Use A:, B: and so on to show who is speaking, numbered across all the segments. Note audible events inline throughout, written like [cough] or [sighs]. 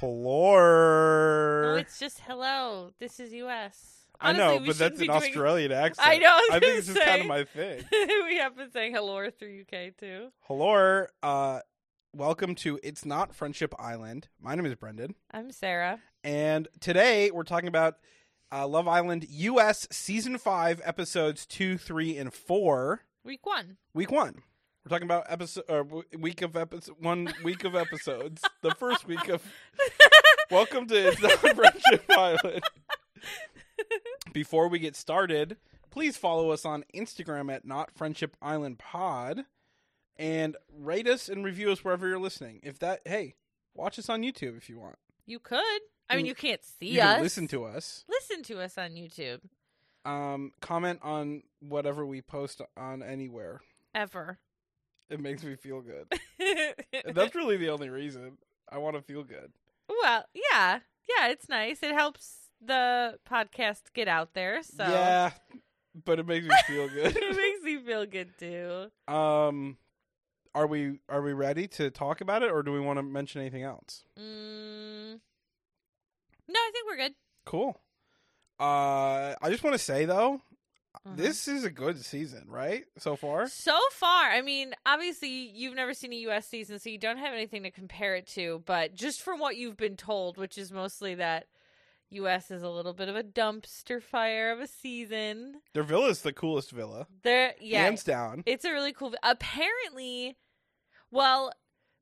A: Hello.
B: Oh, it's just hello. This is U.S.
A: I
B: Honestly,
A: know, but
B: we should
A: that's
B: be
A: an
B: doing- [laughs]
A: Australian accent.
B: I know, I was
A: I think
B: gonna
A: it's just kind
B: say.
A: of my thing.
B: we have been saying hello through UK too.
A: Hello. Uh, welcome to It's Not Friendship Island. My name is Brendan.
B: I'm Sarah.
A: And today we're talking about uh, Love Island US Season 5, Episodes 2, 3, and 4,
B: Week one.
A: Week 1. We're talking about episode or w- week of episode one week of episodes. the first week of Welcome to It's Not Friendship Island. Before we get started, please follow us on Instagram at Not Friendship Island Pod and rate us and review us wherever you're listening. If that hey, watch us on YouTube if you want.
B: You could. I mean,
A: You-
B: you can't see
A: You can
B: us.
A: listen to us.
B: Listen to us on YouTube.
A: Um, comment on whatever we post on anywhere.
B: Ever. [laughs]
A: It makes me feel good. And that's really the only reason I want to feel good.
B: well, yeah, yeah. It's nice. It helps the podcast get out there. So
A: Yeah, but it makes me feel good.
B: [laughs] it makes me feel good too.
A: Um, are we are we ready to talk about it, or do we want to mention anything else?
B: Mm. No, I think we're good.
A: Cool. Uh, I just want to say though,
B: Uh-huh.
A: this is a good season, right? So far,
B: So far, I mean, obviously you've never seen a US season, so you don't have anything to compare it to, but just from what you've been told, which is mostly that US is a little bit of a dumpster fire of a season.
A: their villa is the coolest villa,
B: There yeah.
A: hands down.
B: It's a really cool apparently well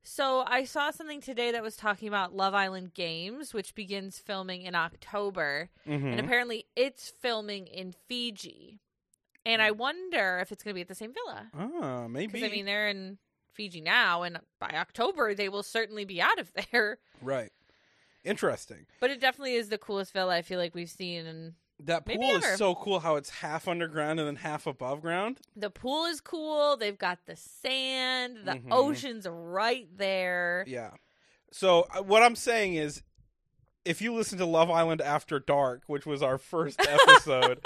B: so I saw something today that was talking about Love Island Games, which begins filming in October.
A: Mhm.
B: and apparently it's filming in Fiji. And I wonder if it's going to be at the same villa.
A: Ah, maybe.
B: Because, I mean, they're in Fiji now, and by October, they will certainly be out of [laughs] there.
A: right. Interesting.
B: But it definitely is the coolest villa I feel like we've seen. And
A: That
B: Maybe
A: pool
B: ever.
A: is so cool. How it's half underground and then half above ground.
B: the pool is cool. They've got the sand, the
A: Mhm.
B: ocean's right there.
A: Yeah. So uh, what I'm saying is, if you listen to Love Island After Dark, which was our first episode,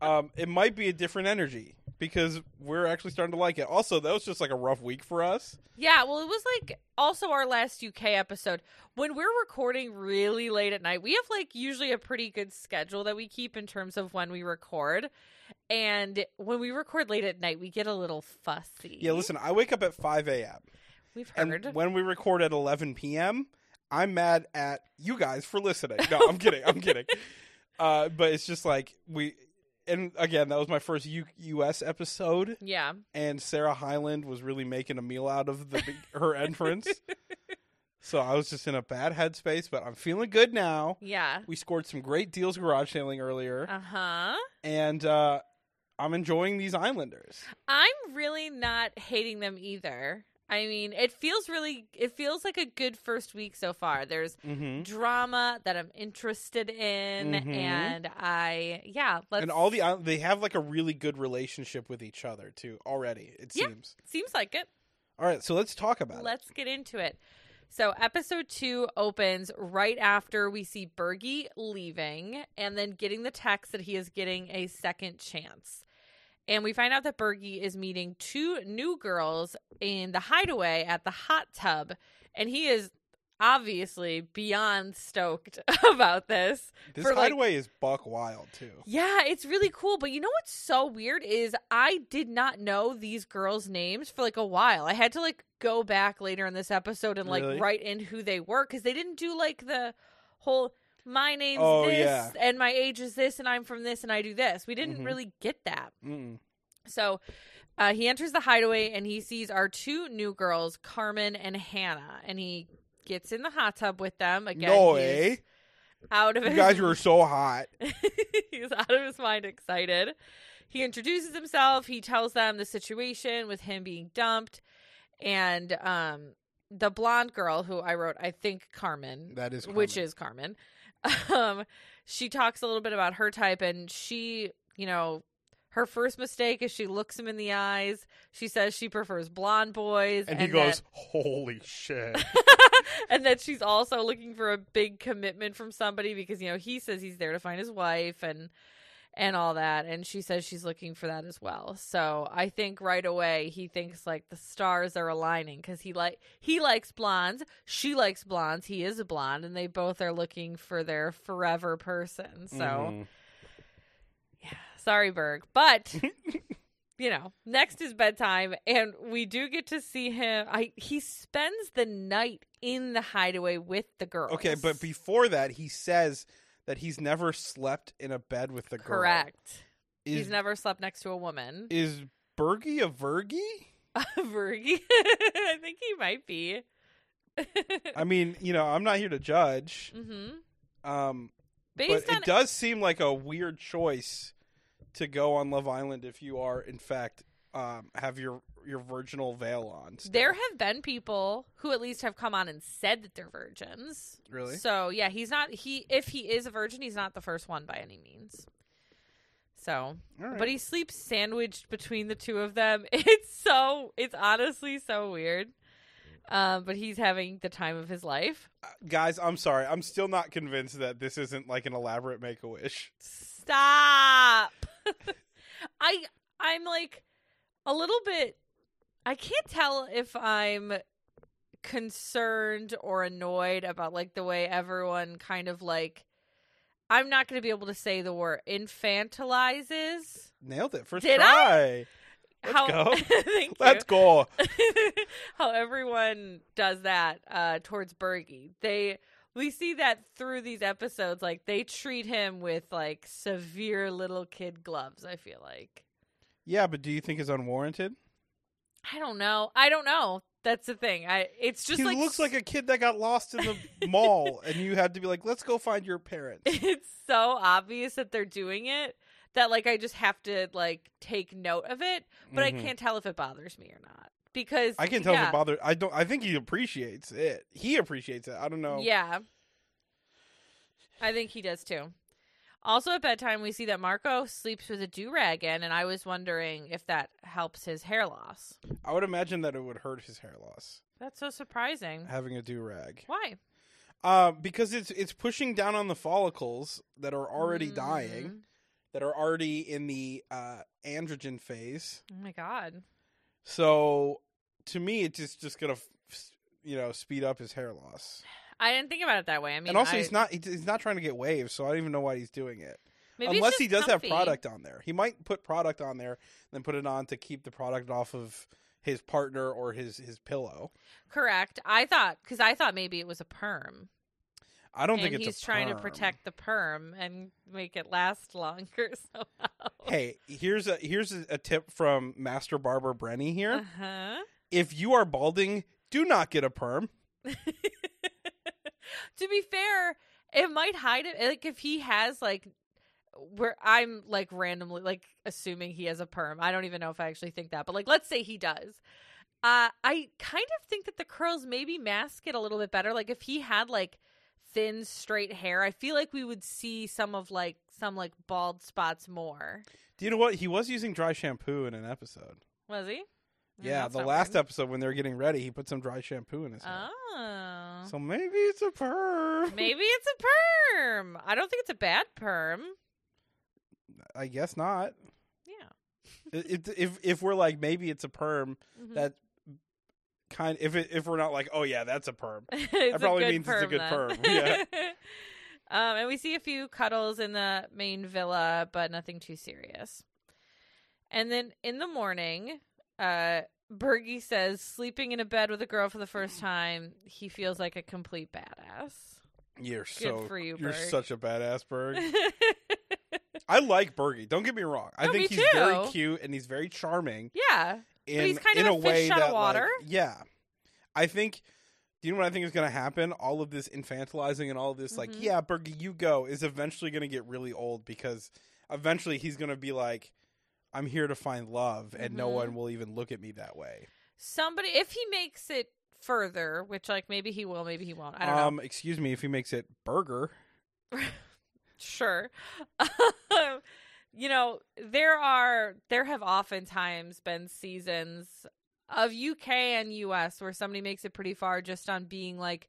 A: um, it might be a different energy because we're actually starting to like it. Also, that was just like a rough week for us.
B: Yeah, well, it was like also our last UK episode. When we're recording really late at night, we have like usually a pretty good schedule that we keep in terms of when we record. And when we record late at night, we get a little fussy.
A: Yeah. Listen, I wake up at 5 a.m.
B: we've
A: and
B: heard.
A: when we record at 11 p.m., I'm mad at you guys for listening. No, I'm kidding. I'm kidding. Uh, but it's just like we. And again, that was my first U- U.S. episode.
B: yeah,
A: and Sarah Hyland was really making a meal out of the, her
B: [laughs]
A: entrance. So I was just in a bad headspace, but I'm feeling good now.
B: yeah,
A: We scored some great deals garage sailing earlier,
B: uh huh.
A: and uh, I'm enjoying these Islanders.
B: I'm really not hating them either. I mean, it feels really, it feels like a good first week so far. There's
A: Mm-hmm.
B: drama that I'm interested in,
A: Mhm.
B: and I, yeah, let's.
A: And all the Isl- they have like a really good relationship with each other too already. It
B: Yeah.
A: seems.
B: seems like it.
A: All right, so let's talk about
B: Let's get into it. So, episode two opens right after we see Bergie leaving and then getting the text that he is getting a second chance. And we find out that Bergie is meeting two new girls in the hideaway at the hot tub. And he is obviously beyond stoked [laughs] about this.
A: it. This
B: for, like-
A: hideaway is buck wild too.
B: Yeah, it's really cool. But you know what's so weird is I did not know these girls' names for like a while. I had to like go back later in this episode and like
A: Really?
B: write in who they were because they didn't do like the whole my name's
A: Oh,
B: this
A: yeah.
B: and my age is this and I'm from this and I do this. We didn't
A: Mhm.
B: really get that.
A: Mm-mm.
B: So uh, he enters the hideaway and he sees our two new girls, Carmen and Hannah, and he gets in the hot tub with them again.
A: No,
B: he's
A: eh?
B: Out of
A: You
B: his
A: guys were so hot.
B: [laughs] he's out of his mind excited. He introduces himself. He tells them the situation with him being dumped. And um, the blonde girl who I wrote, I think Carmen,
A: That is
B: [laughs] which
A: Carmen.
B: is Carmen, um, she talks a little bit about her type. And she, you know, her first mistake is she looks him in the eyes. She says she prefers blonde boys.
A: and he
B: that-
A: goes, "Holy shit."
B: and that she's also looking for a big commitment from somebody because you know he says he's there to find his wife and and all that. And she says she's looking for that as well. So I think right away he thinks like the stars are aligning because he like he likes blondes, she likes blondes, he is a blonde, and they both are looking for their forever person. [laughs] So
A: Mhm.
B: yeah, sorry Berg,
A: [laughs]
B: but you know, next is bedtime, and we do get to see him. I he spends the night in the hideaway with the girls.
A: Okay, but before that, he says that he's never slept in a bed with the girl.
B: correct.
A: Is,
B: He's never slept next to a woman. [laughs]
A: Is Bergie a Virgie?
B: Vergy. [laughs] I think he might be. [laughs]
A: I mean, you know, I'm not here to judge.
B: hmm
A: Um,
B: Based
A: but
B: on
A: it does seem like a weird choice to go on Love Island if you are, in fact, um, have your your virginal veil on. still.
B: there have been people who at least have come on and said that they're virgins.
A: really.
B: So yeah, he's not he if he is a virgin, he's not the first one by any means. So
A: All right.
B: but he sleeps sandwiched between the two of them. [laughs] It's so it's honestly so weird. Um, but he's having the time of his life.
A: Uh, guys, I'm sorry. I'm still not convinced that this isn't like an elaborate make a wish.
B: Stop. [laughs] I I'm like a little bit I can't tell if I'm concerned or annoyed about like the way everyone kind of like I'm not going to be able to say the word infantilizes.
A: Nailed it first
B: Did
A: try. Let's
B: how
A: go.
B: [laughs] thank you.
A: Let's go.
B: [laughs] how everyone does that uh towards Bergie. They we see that through these episodes like they treat him with like severe little kid gloves, I feel like.
A: Yeah, but do you think it's unwarranted?
B: I don't know. I don't know. That's the thing. I it's just
A: he
B: like
A: looks like a kid that got lost in the mall, and you had to be like, "Let's go find your parents."
B: [laughs] it's so obvious that they're doing it that like I just have to like take note of it, [laughs] but
A: Mhm.
B: I can't tell if it bothers me or not. Because
A: I can tell if
B: yeah,
A: it bothers. I don't. I think he appreciates it. He appreciates it. I don't know.
B: Yeah. I think he does too. Also at bedtime we see that Marco sleeps with a do rag in and I was wondering if that helps his hair loss.
A: I would imagine that it would hurt his hair loss
B: That's so surprising.
A: having a do rag,
B: Why?
A: uh, because it's it's pushing down on the follicles that are already dying,
B: Mm.
A: that are already in the uh, androgen phase.
B: Oh my god.
A: So to me, it's just just gonna, f- you know, speed up his hair loss.
B: I didn't think about it that way. I mean,
A: and also,
B: I-
A: he's not he's he's not trying to get waves, so I don't even know why he's doing it.
B: maybe it's
A: Unless
B: just
A: he does
B: comfy.
A: have product on there, he might put product on there, then put it on to keep the product off of his partner or his his pillow.
B: Correct. I thought because I thought maybe it was a perm.
A: I don't think
B: and
A: it's
B: he's
A: a
B: trying to
A: perm.
B: protect the perm and make it last [laughs] longer somehow.
A: Hey, here's a here's a, a tip from Master Barber Brenny here.
B: Uh-huh.
A: If you are balding, do not get a perm.
B: to be fair, it might hide it. Like if he has like where I'm like randomly like assuming he has a perm. I don't even know if I actually think that, but like let's say he does. Uh I kind of think that the curls maybe mask it a little bit better. Like if he had like thin straight hair, I feel like we would see some of like some like bald spots more.
A: Do you know what? He was using dry shampoo in an episode.
B: Was he? Mm,
A: yeah, the last episode when they were getting ready, he put some dry shampoo in his hair.
B: Oh.
A: So maybe it's a perm.
B: Maybe it's a perm. I don't think it's a bad perm.
A: I guess not.
B: Yeah.
A: It- it- if if we're like maybe it's a perm,
B: Mhm.
A: that kind if it, if we're not like oh yeah that's a perm
B: [laughs] It's a
A: probably
B: good
A: means it's a good perm, yeah.
B: [laughs] um, and we see a few cuddles in the main villa, but nothing too serious. And then in the morning, uh, Bergie says sleeping in a bed with a girl for the first
A: Mm.
B: time, he feels like a complete badass.
A: you're
B: Good
A: so
B: for you,
A: you're
B: Berg.
A: such a badass Berg I like Bergie don't get me wrong I
B: No,
A: think
B: me
A: he's very
B: too.
A: cute and he's very charming
B: [laughs] yeah.
A: in,
B: he's kind of
A: in
B: a
A: a,
B: fish
A: way
B: out of
A: that like,
B: water.
A: yeah I think do you know what I think is going to happen all of this infantilizing and all of this like
B: Mhm.
A: yeah Bergie you go is eventually going to get really old because eventually he's going to be like I'm here to find love and no
B: Mhm.
A: one will even look at me that way
B: Somebody, if he makes it further, which like maybe he will, maybe he won't. I don't know.
A: um excuse me if he makes it burger
B: sure [laughs] you know there are there have oftentimes been seasons of uk and us where somebody makes it pretty far just on being like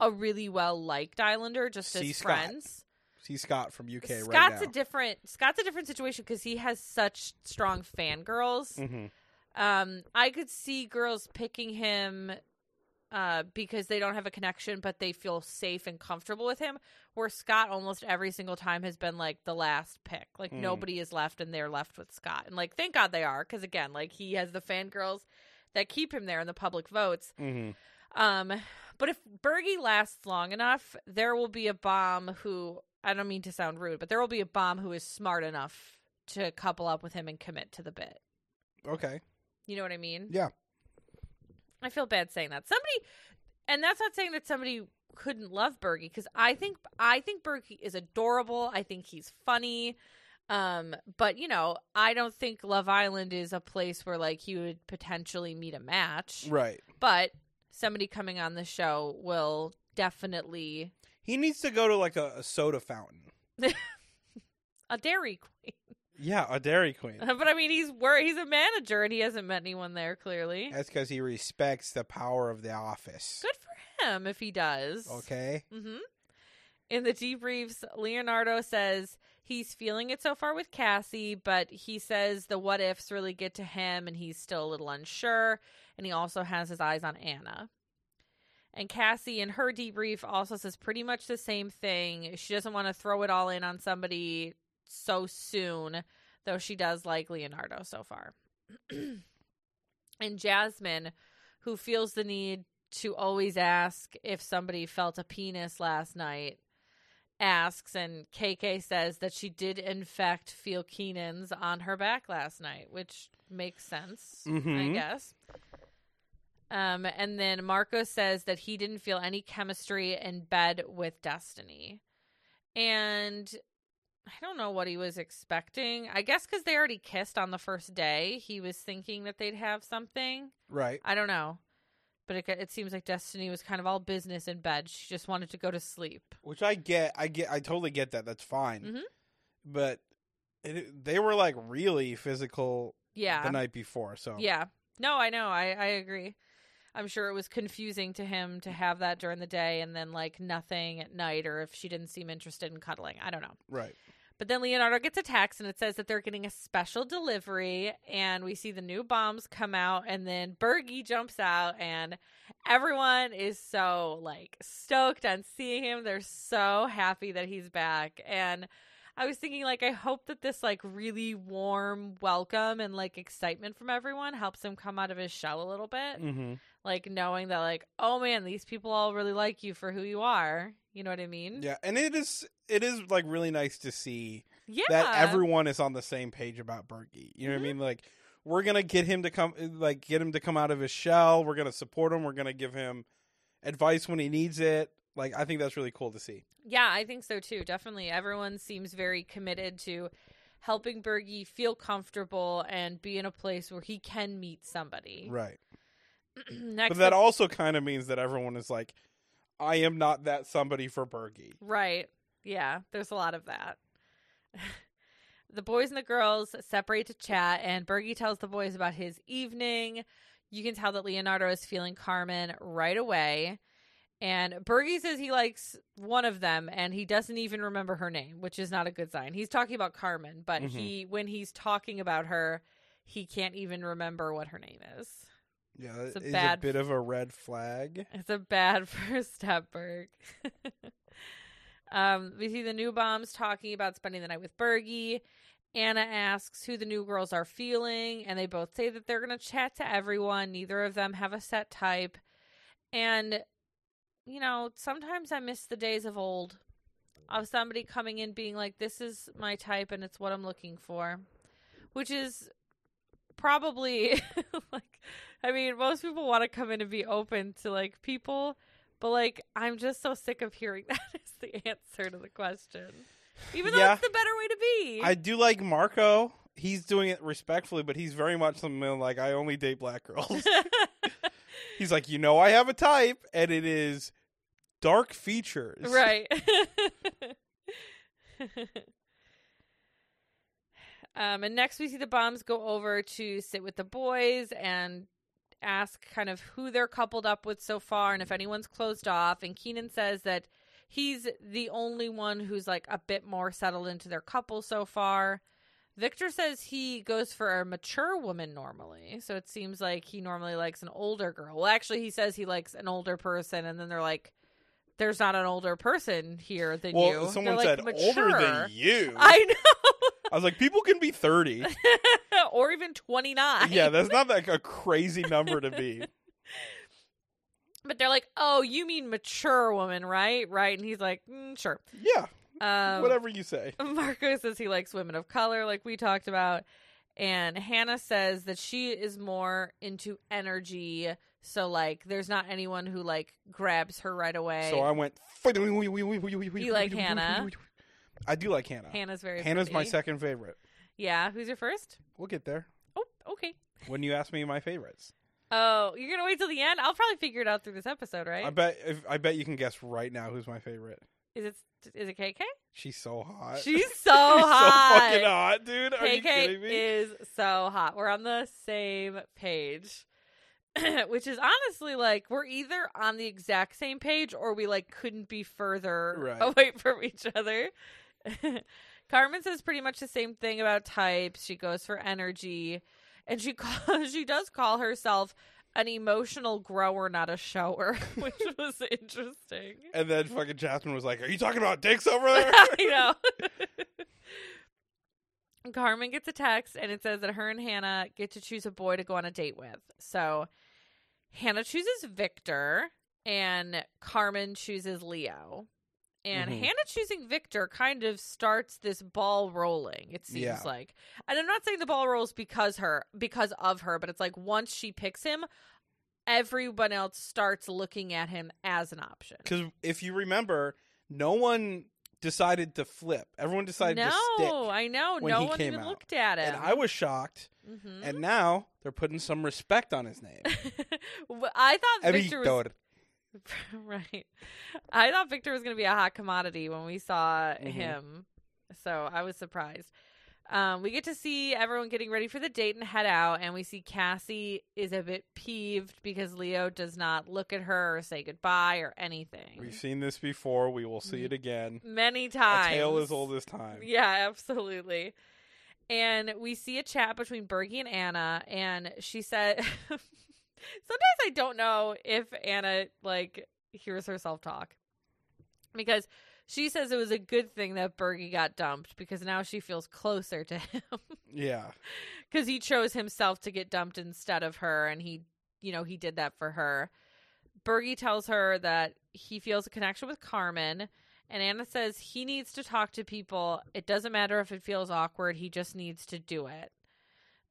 B: a really well liked islander just
A: See
B: as
A: Scott.
B: friends
A: He's Scott from UK
B: Scott's
A: right now.
B: a different Scott's a different situation because he has such strong fangirls.
A: Mhm.
B: Um, I could see girls picking him uh, because they don't have a connection, but they feel safe and comfortable with him. Where Scott almost every single time has been like the last pick. Like
A: Mm.
B: nobody is left and they're left with Scott. And like, thank God they are because again, like he has the fangirls that keep him there in the public votes.
A: Mhm.
B: Um, but if Bergie lasts long enough, there will be a bomb who I don't mean to sound rude, but there will be a bomb who is smart enough to couple up with him and commit to the bit.
A: Okay.
B: You know what I mean?
A: Yeah.
B: I feel bad saying that. Somebody, and that's not saying that somebody couldn't love Bergie because I think I think Bergie is adorable. I think he's funny. Um, but you know, I don't think Love Island is a place where like you would potentially meet a match.
A: Right.
B: But somebody coming on the show will definitely
A: He needs to go to like a, a soda fountain.
B: a Dairy Queen.
A: Yeah, a Dairy Queen.
B: [laughs] but I mean, he's where he's a manager and he hasn't met anyone there clearly.
A: That's because he respects the power of the office.
B: Good for him if he does.
A: Okay.
B: Mm-hmm. In the debriefs, Leonardo says he's feeling it so far with Cassie, but he says the what ifs really get to him and he's still a little unsure. And he also has his eyes on Anna. And Cassie, in her debrief, also says pretty much the same thing. She doesn't want to throw it all in on somebody so soon, though she does like Leonardo so far. [clears throat] and Jasmine, who feels the need to always ask if somebody felt a penis last night asks and KK says that she did in fact feel Keenan's on her back last night, which makes sense, I
A: Mhm.
B: guess. Um and then Marco says that he didn't feel any chemistry in bed with Destiny. And I don't know what he was expecting. I guess cuz they already kissed on the first day, he was thinking that they'd have something.
A: Right.
B: I don't know. But it, it seems like Destiny was kind of all business in bed. She just wanted to go to sleep.
A: Which I get. I get. I totally get that. That's fine.
B: Mhm.
A: But it, they were like really physical
B: Yeah.
A: the night before. So
B: Yeah. No, I know. I, I agree. I'm sure it was confusing to him to have that during the day and then like nothing at night or if she didn't seem interested in cuddling. I don't know.
A: Right.
B: But then Leonardo gets a text and it says that they're getting a special delivery and we see the new bombs come out and then Bergie jumps out and everyone is so like stoked on seeing him. They're so happy that he's back and I was thinking like I hope that this like really warm welcome and like excitement from everyone helps him come out of his shell a little bit.
A: Mm-hmm.
B: Like knowing that like oh man, these people all really like you for who you are. You know what I mean?
A: Yeah, and it is. It is like really nice to see
B: Yeah.
A: that everyone is on the same page about Berkey. You know what I mean? Like we're gonna get him to come, like get him to come out of his shell. We're gonna support him. We're gonna give him advice when he needs it. Like I think that's really cool to see.
B: Yeah, I think so too. Definitely. Everyone seems very committed to helping Bergie feel comfortable and be in a place where he can meet somebody. [clears throat]
A: Right.
B: Next
A: But that
B: up-
A: also kind of means that everyone is like, I am not that somebody for Berkey.
B: Right. Yeah, there's a lot of that. [laughs] the boys and the girls separate to chat, and Bergie tells the boys about his evening. You can tell that Leonardo is feeling Carmen right away. And Bergie says he likes one of them and he doesn't even remember her name, which is not a good sign. He's talking about Carmen, but
A: Mhm.
B: he when he's talking about her, he can't even remember what her name is.
A: Yeah,
B: It's
A: it's
B: a
A: a,
B: bad-
A: bit of a red flag.
B: [laughs] It's a bad first step, Berg. [laughs] um, we see the new bombs talking about spending the night with Bergie. Anna asks who the new girls are feeling, and they both say that they're going to chat to everyone. Neither of them have a set type. And, you know, sometimes I miss the days of old of somebody coming in being like, this is my type and it's what I'm looking for, which is probably [laughs] like I mean, most people want to come in and be open to like people, but like I'm just so sick of hearing [laughs] that is the answer to the question. Even though
A: Yeah.
B: it's the better way to be.
A: I do like Marco. He's doing it respectfully, but he's very much something like I only date black girls. [laughs] he's like, you know, I have a type, and it is dark [laughs] features.
B: [laughs] right. um, and next we see the bombs go over to sit with the boys and ask kind of who they're coupled up with so far and if anyone's closed off. And Keenan says that he's the only one who's like a bit more settled into their couple so far. Victor says he goes for a mature woman normally. So it seems like he normally likes an older girl. Well, actually, he says he likes an older person, and then they're like, there's not an older person here than you.
A: Well, someone
B: They're, like,
A: said older
B: mature.
A: than you. I,
B: [laughs] I
A: was like, people can be
B: [laughs]
A: thirty.
B: know. or even 29.
A: yeah, that's not like a crazy number to
B: [laughs]
A: be.
B: But they're like, oh, you mean mature woman, right? Right. And he's like, mm, sure.
A: Yeah,
B: Um,
A: whatever you say.
B: [laughs] Marco says he likes women of color, like we talked about. And Hannah says that she is more into energy. So, like, there's not anyone who, like, grabs her right away.
A: So I went. You
B: like Hannah?
A: I do like Hannah.
B: Hannah's very
A: Hannah's my
B: pretty.
A: second favorite.
B: Yeah. Who's your first?
A: We'll get there
B: Oh, okay.
A: when you ask me my favorites.
B: Oh, you're going to wait till the end? I'll probably figure it out through this episode, right?
A: I bet. If, I bet you can guess right now who's my favorite.
B: Is it is it KK?
A: She's so [laughs] hot.
B: She's so
A: She's
B: hot.
A: so fucking hot, dude. [laughs] Are you
B: KK
A: kidding me?
B: is so hot. We're on the same page. [clears throat] Which is honestly like we're either on the exact same page or we like couldn't be further
A: Right.
B: [laughs] away from each other. [laughs] Carmen says pretty much the same thing about types. She goes for energy and she [laughs] call- she does call herself an emotional grower, not a shower, [laughs] which was interesting.
A: and then fucking Jasmine was like, "Are you talking about dicks over there?" [laughs]
B: [laughs] you know. [laughs] Carmen gets a text and it says that her and Hannah get to choose a boy to go on a date with. So Hannah chooses Victor and Carmen chooses Leo. And
A: Mhm.
B: Hannah choosing Victor kind of starts this ball rolling, it seems
A: Yeah.
B: like. And I'm not saying the ball rolls because her because of her, but it's like once she picks him, everyone else starts looking at him as an option.
A: Because if you remember, no one decided to flip. Everyone decided
B: no,
A: to stick.
B: I know.
A: when
B: No
A: he
B: one
A: came
B: even
A: out.
B: looked at him.
A: and I was shocked.
B: Mhm.
A: And now they're putting some respect on his name.
B: [laughs] Well, I thought [laughs] Victor was [laughs]
A: Victor.
B: right. I thought Victor was going to be a hot commodity when we saw
A: Mhm.
B: him, so I was surprised. Um, we get to see everyone getting ready for the date and head out, and we see Cassie is a bit peeved because Leo does not look at her or say goodbye or anything.
A: We've seen this before. We will see
B: Mm-hmm.
A: it again.
B: Many times,
A: A tale as old as time.
B: Yeah, absolutely. And we see a chat between Bergie and Anna, and she said, [laughs] "Sometimes I don't know if Anna like hears herself talk because she says it was a good thing that Bergie got dumped because now she feels closer to him
A: Yeah.
B: because he chose himself to get dumped instead of her, and he, you know, he did that for her." Bergie tells her that he feels a connection with Carmen, and Anna says he needs to talk to people. It doesn't matter if it feels awkward, he just needs to do it.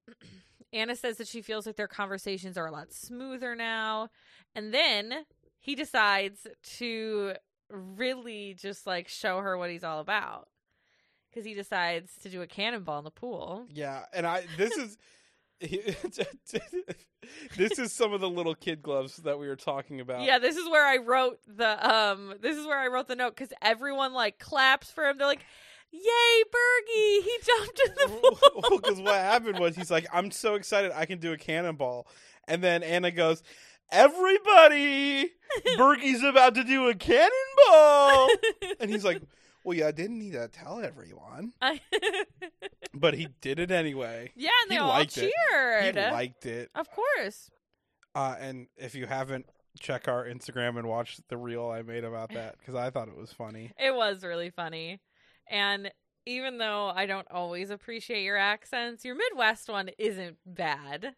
B: [clears throat] Anna says that she feels like their conversations are a lot smoother now. And then he decides to really just like show her what he's all about because he decides to do a cannonball in the pool.
A: Yeah. And I this
B: [laughs]
A: is [laughs] this is some of the little kid gloves that we were talking about.
B: Yeah, this is where I wrote the um this is where I wrote the note cuz everyone like claps for him. They're like, "Yay, Bergie! He [laughs] jumped in the pool."
A: because what happened was he's like, I'm so excited I can do a cannonball. And then Anna goes, Everybody, Berkey's about to do a cannonball. And he's like, Well, yeah, I didn't need to tell everyone. [laughs]
B: I-
A: But he did it anyway.
B: [laughs] yeah, and
A: He
B: they all
A: liked it. He
B: cheered.
A: liked it.
B: of course.
A: Uh, and if you haven't, check our Instagram and watch the reel I made about that because I thought it was funny.
B: It was really funny. And even though I don't always appreciate your accents, your Midwest one isn't bad.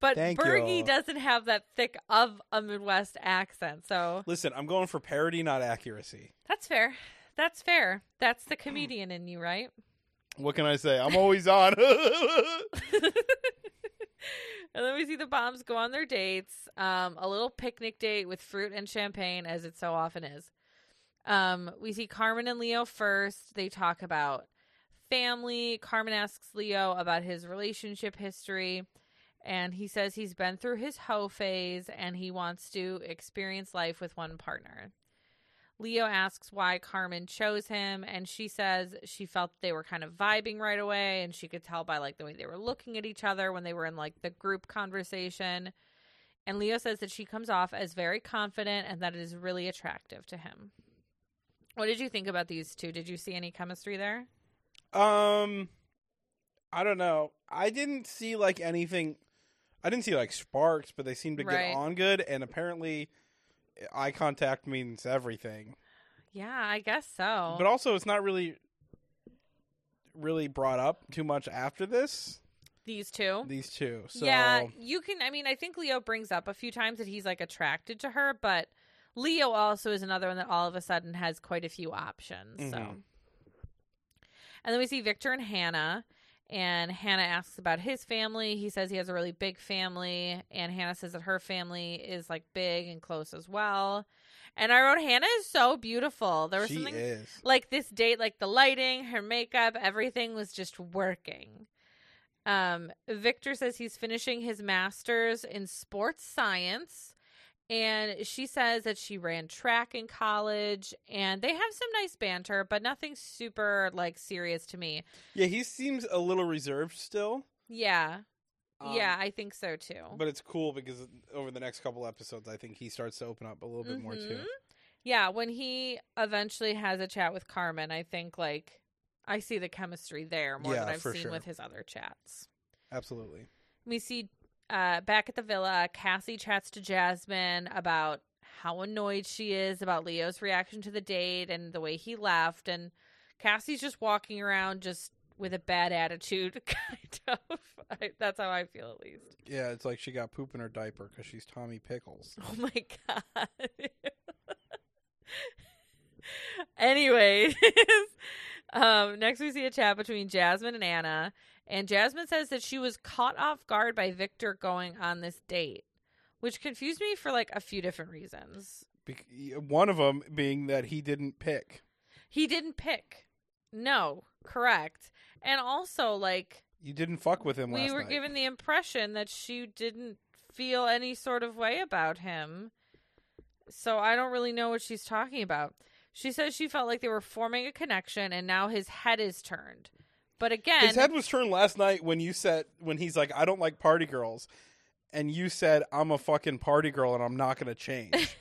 B: But
A: Thank
B: Bergie
A: you.
B: doesn't have that thick of a Midwest accent. So
A: Listen, I'm going for parody, not accuracy.
B: that's fair. That's fair. That's
A: [clears throat]
B: the comedian in you, right?
A: What can I say? I'm always on. [laughs]
B: [laughs] And then we see the bombs go on their dates, um, a little picnic date with fruit and champagne, as it so often is. Um, we see Carmen and Leo first. They talk about family. Carmen asks Leo about his relationship history, and he says he's been through his hoe phase and he wants to experience life with one partner. Leo asks why Carmen chose him, and she says she felt they were kind of vibing right away, and she could tell by like the way they were looking at each other when they were in like the group conversation. And Leo says that she comes off as very confident and that it is really attractive to him. What did you think about these two? Did you see any chemistry there?
A: Um, I don't know. I didn't see like anything. I didn't see like sparks, but they seemed to
B: Right.
A: get on good. And apparently, eye contact means everything.
B: Yeah, I guess so.
A: But also, it's not really, really brought up too much after this.
B: these two.
A: These two. So
B: Yeah, you can. I mean, I think Leo brings up a few times that he's like attracted to her, but Leo also is another one that all of a sudden has quite a few options. So,
A: Mhm.
B: and then we see Victor and Hannah, and Hannah asks about his family. He says he has a really big family, and Hannah says that her family is like big and close as well. And I wrote, Hannah is so beautiful. There was
A: she
B: something
A: is.
B: like this date like the lighting her makeup everything was just working um victor says he's finishing his masters in sports science and she says that she ran track in college and they have some nice banter but nothing super like serious to me
A: Yeah, he seems a little reserved still.
B: yeah
A: Um,
B: yeah i think so too
A: But it's cool because over the next couple episodes, I think he starts to open up a little bit more too.
B: Mhm. yeah when he eventually has a chat with carmen i think like i see the chemistry there more
A: Yeah,
B: than i've
A: for
B: seen
A: sure.
B: with his other chats
A: Absolutely.
B: We see uh, back at the villa, Cassie chats to Jasmine about how annoyed she is about Leo's reaction to the date and the way he left. And Cassie's just walking around just with a bad attitude, [laughs] kind of. I, that's how I feel, at least.
A: Yeah, it's like she got poop in her diaper because she's Tommy Pickles.
B: [laughs] Oh my God. Anyways, [laughs] um, next we see a chat between Jasmine and Anna. And Jasmine says that she was caught off guard by Victor going on this date, which confused me for like a few different reasons.
A: Bec- one of them being that he didn't pick.
B: He didn't pick. No, correct. And also, like,
A: You didn't fuck with him
B: we
A: last
B: were
A: night.
B: given the impression that she didn't feel any sort of way about him so i don't really know what she's talking about she says she felt like they were forming a connection and now his head is turned but again
A: His head was turned last night when you said when he's like, "I don't like party girls," and you said, "I'm a fucking party girl and I'm not going to
B: [laughs]
A: change."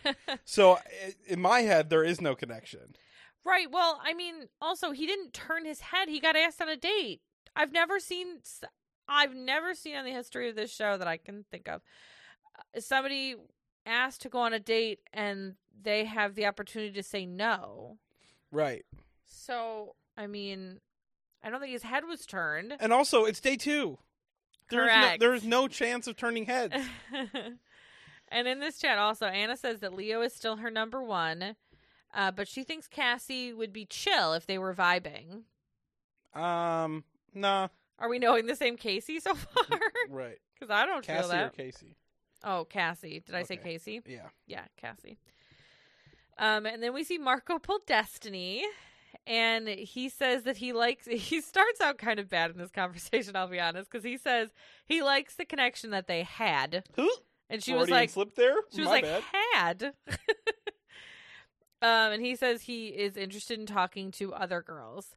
A: so i- in my head, there is no connection.
B: right well i mean also he didn't turn his head he got asked on a date i've never seen s- i've never seen on the history of this show that i can think of uh, somebody asked to go on a date and they have the opportunity to say no
A: Right.
B: So, I mean, I don't think his head was turned.
A: And also, it's day two. There's no,
B: Correct.
A: there's no chance of turning heads.
B: [laughs] and in this chat, also, Anna says that Leo is still her number one, uh, but she thinks Cassie would be chill if they were vibing.
A: Um, nah.
B: Are we knowing the same Casey so [laughs] far?
A: Right.
B: Because I don't feel
A: Cassie or
B: that.
A: Casey?
B: oh, Cassie. Did I say
A: Okay.
B: Casey?
A: Yeah.
B: Yeah, Cassie. Um, and then we see Marco pull Destiny, and he says that he likes. [laughs] He starts out kind of bad in this conversation. I'll be honest, because he says he likes the connection that they had,
A: Who?
B: and she was like,
A: slip there.
B: she was
A: My
B: like,
A: bad.
B: had. [laughs] um, and he says he is interested in talking to other girls,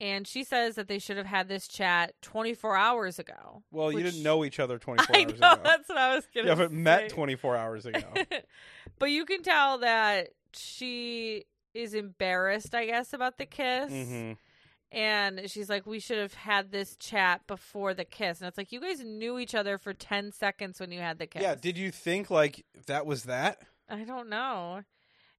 B: and she says that they should have had this chat 24 hours ago. [laughs]
A: Well, you
B: which-
A: didn't know each other 24
B: [laughs] I
A: hours
B: know
A: ago.
B: that's what I was
A: You
B: gonna.
A: haven't met
B: say.
A: 24 hours
B: [laughs]
A: ago.
B: but you can tell that she is embarrassed, I guess, about the kiss.
A: hmm
B: And she's like, we should have had this chat before the kiss. And it's like, you guys knew each other for 10 seconds when you had the kiss.
A: Yeah. Did you think like that was that?
B: I don't know.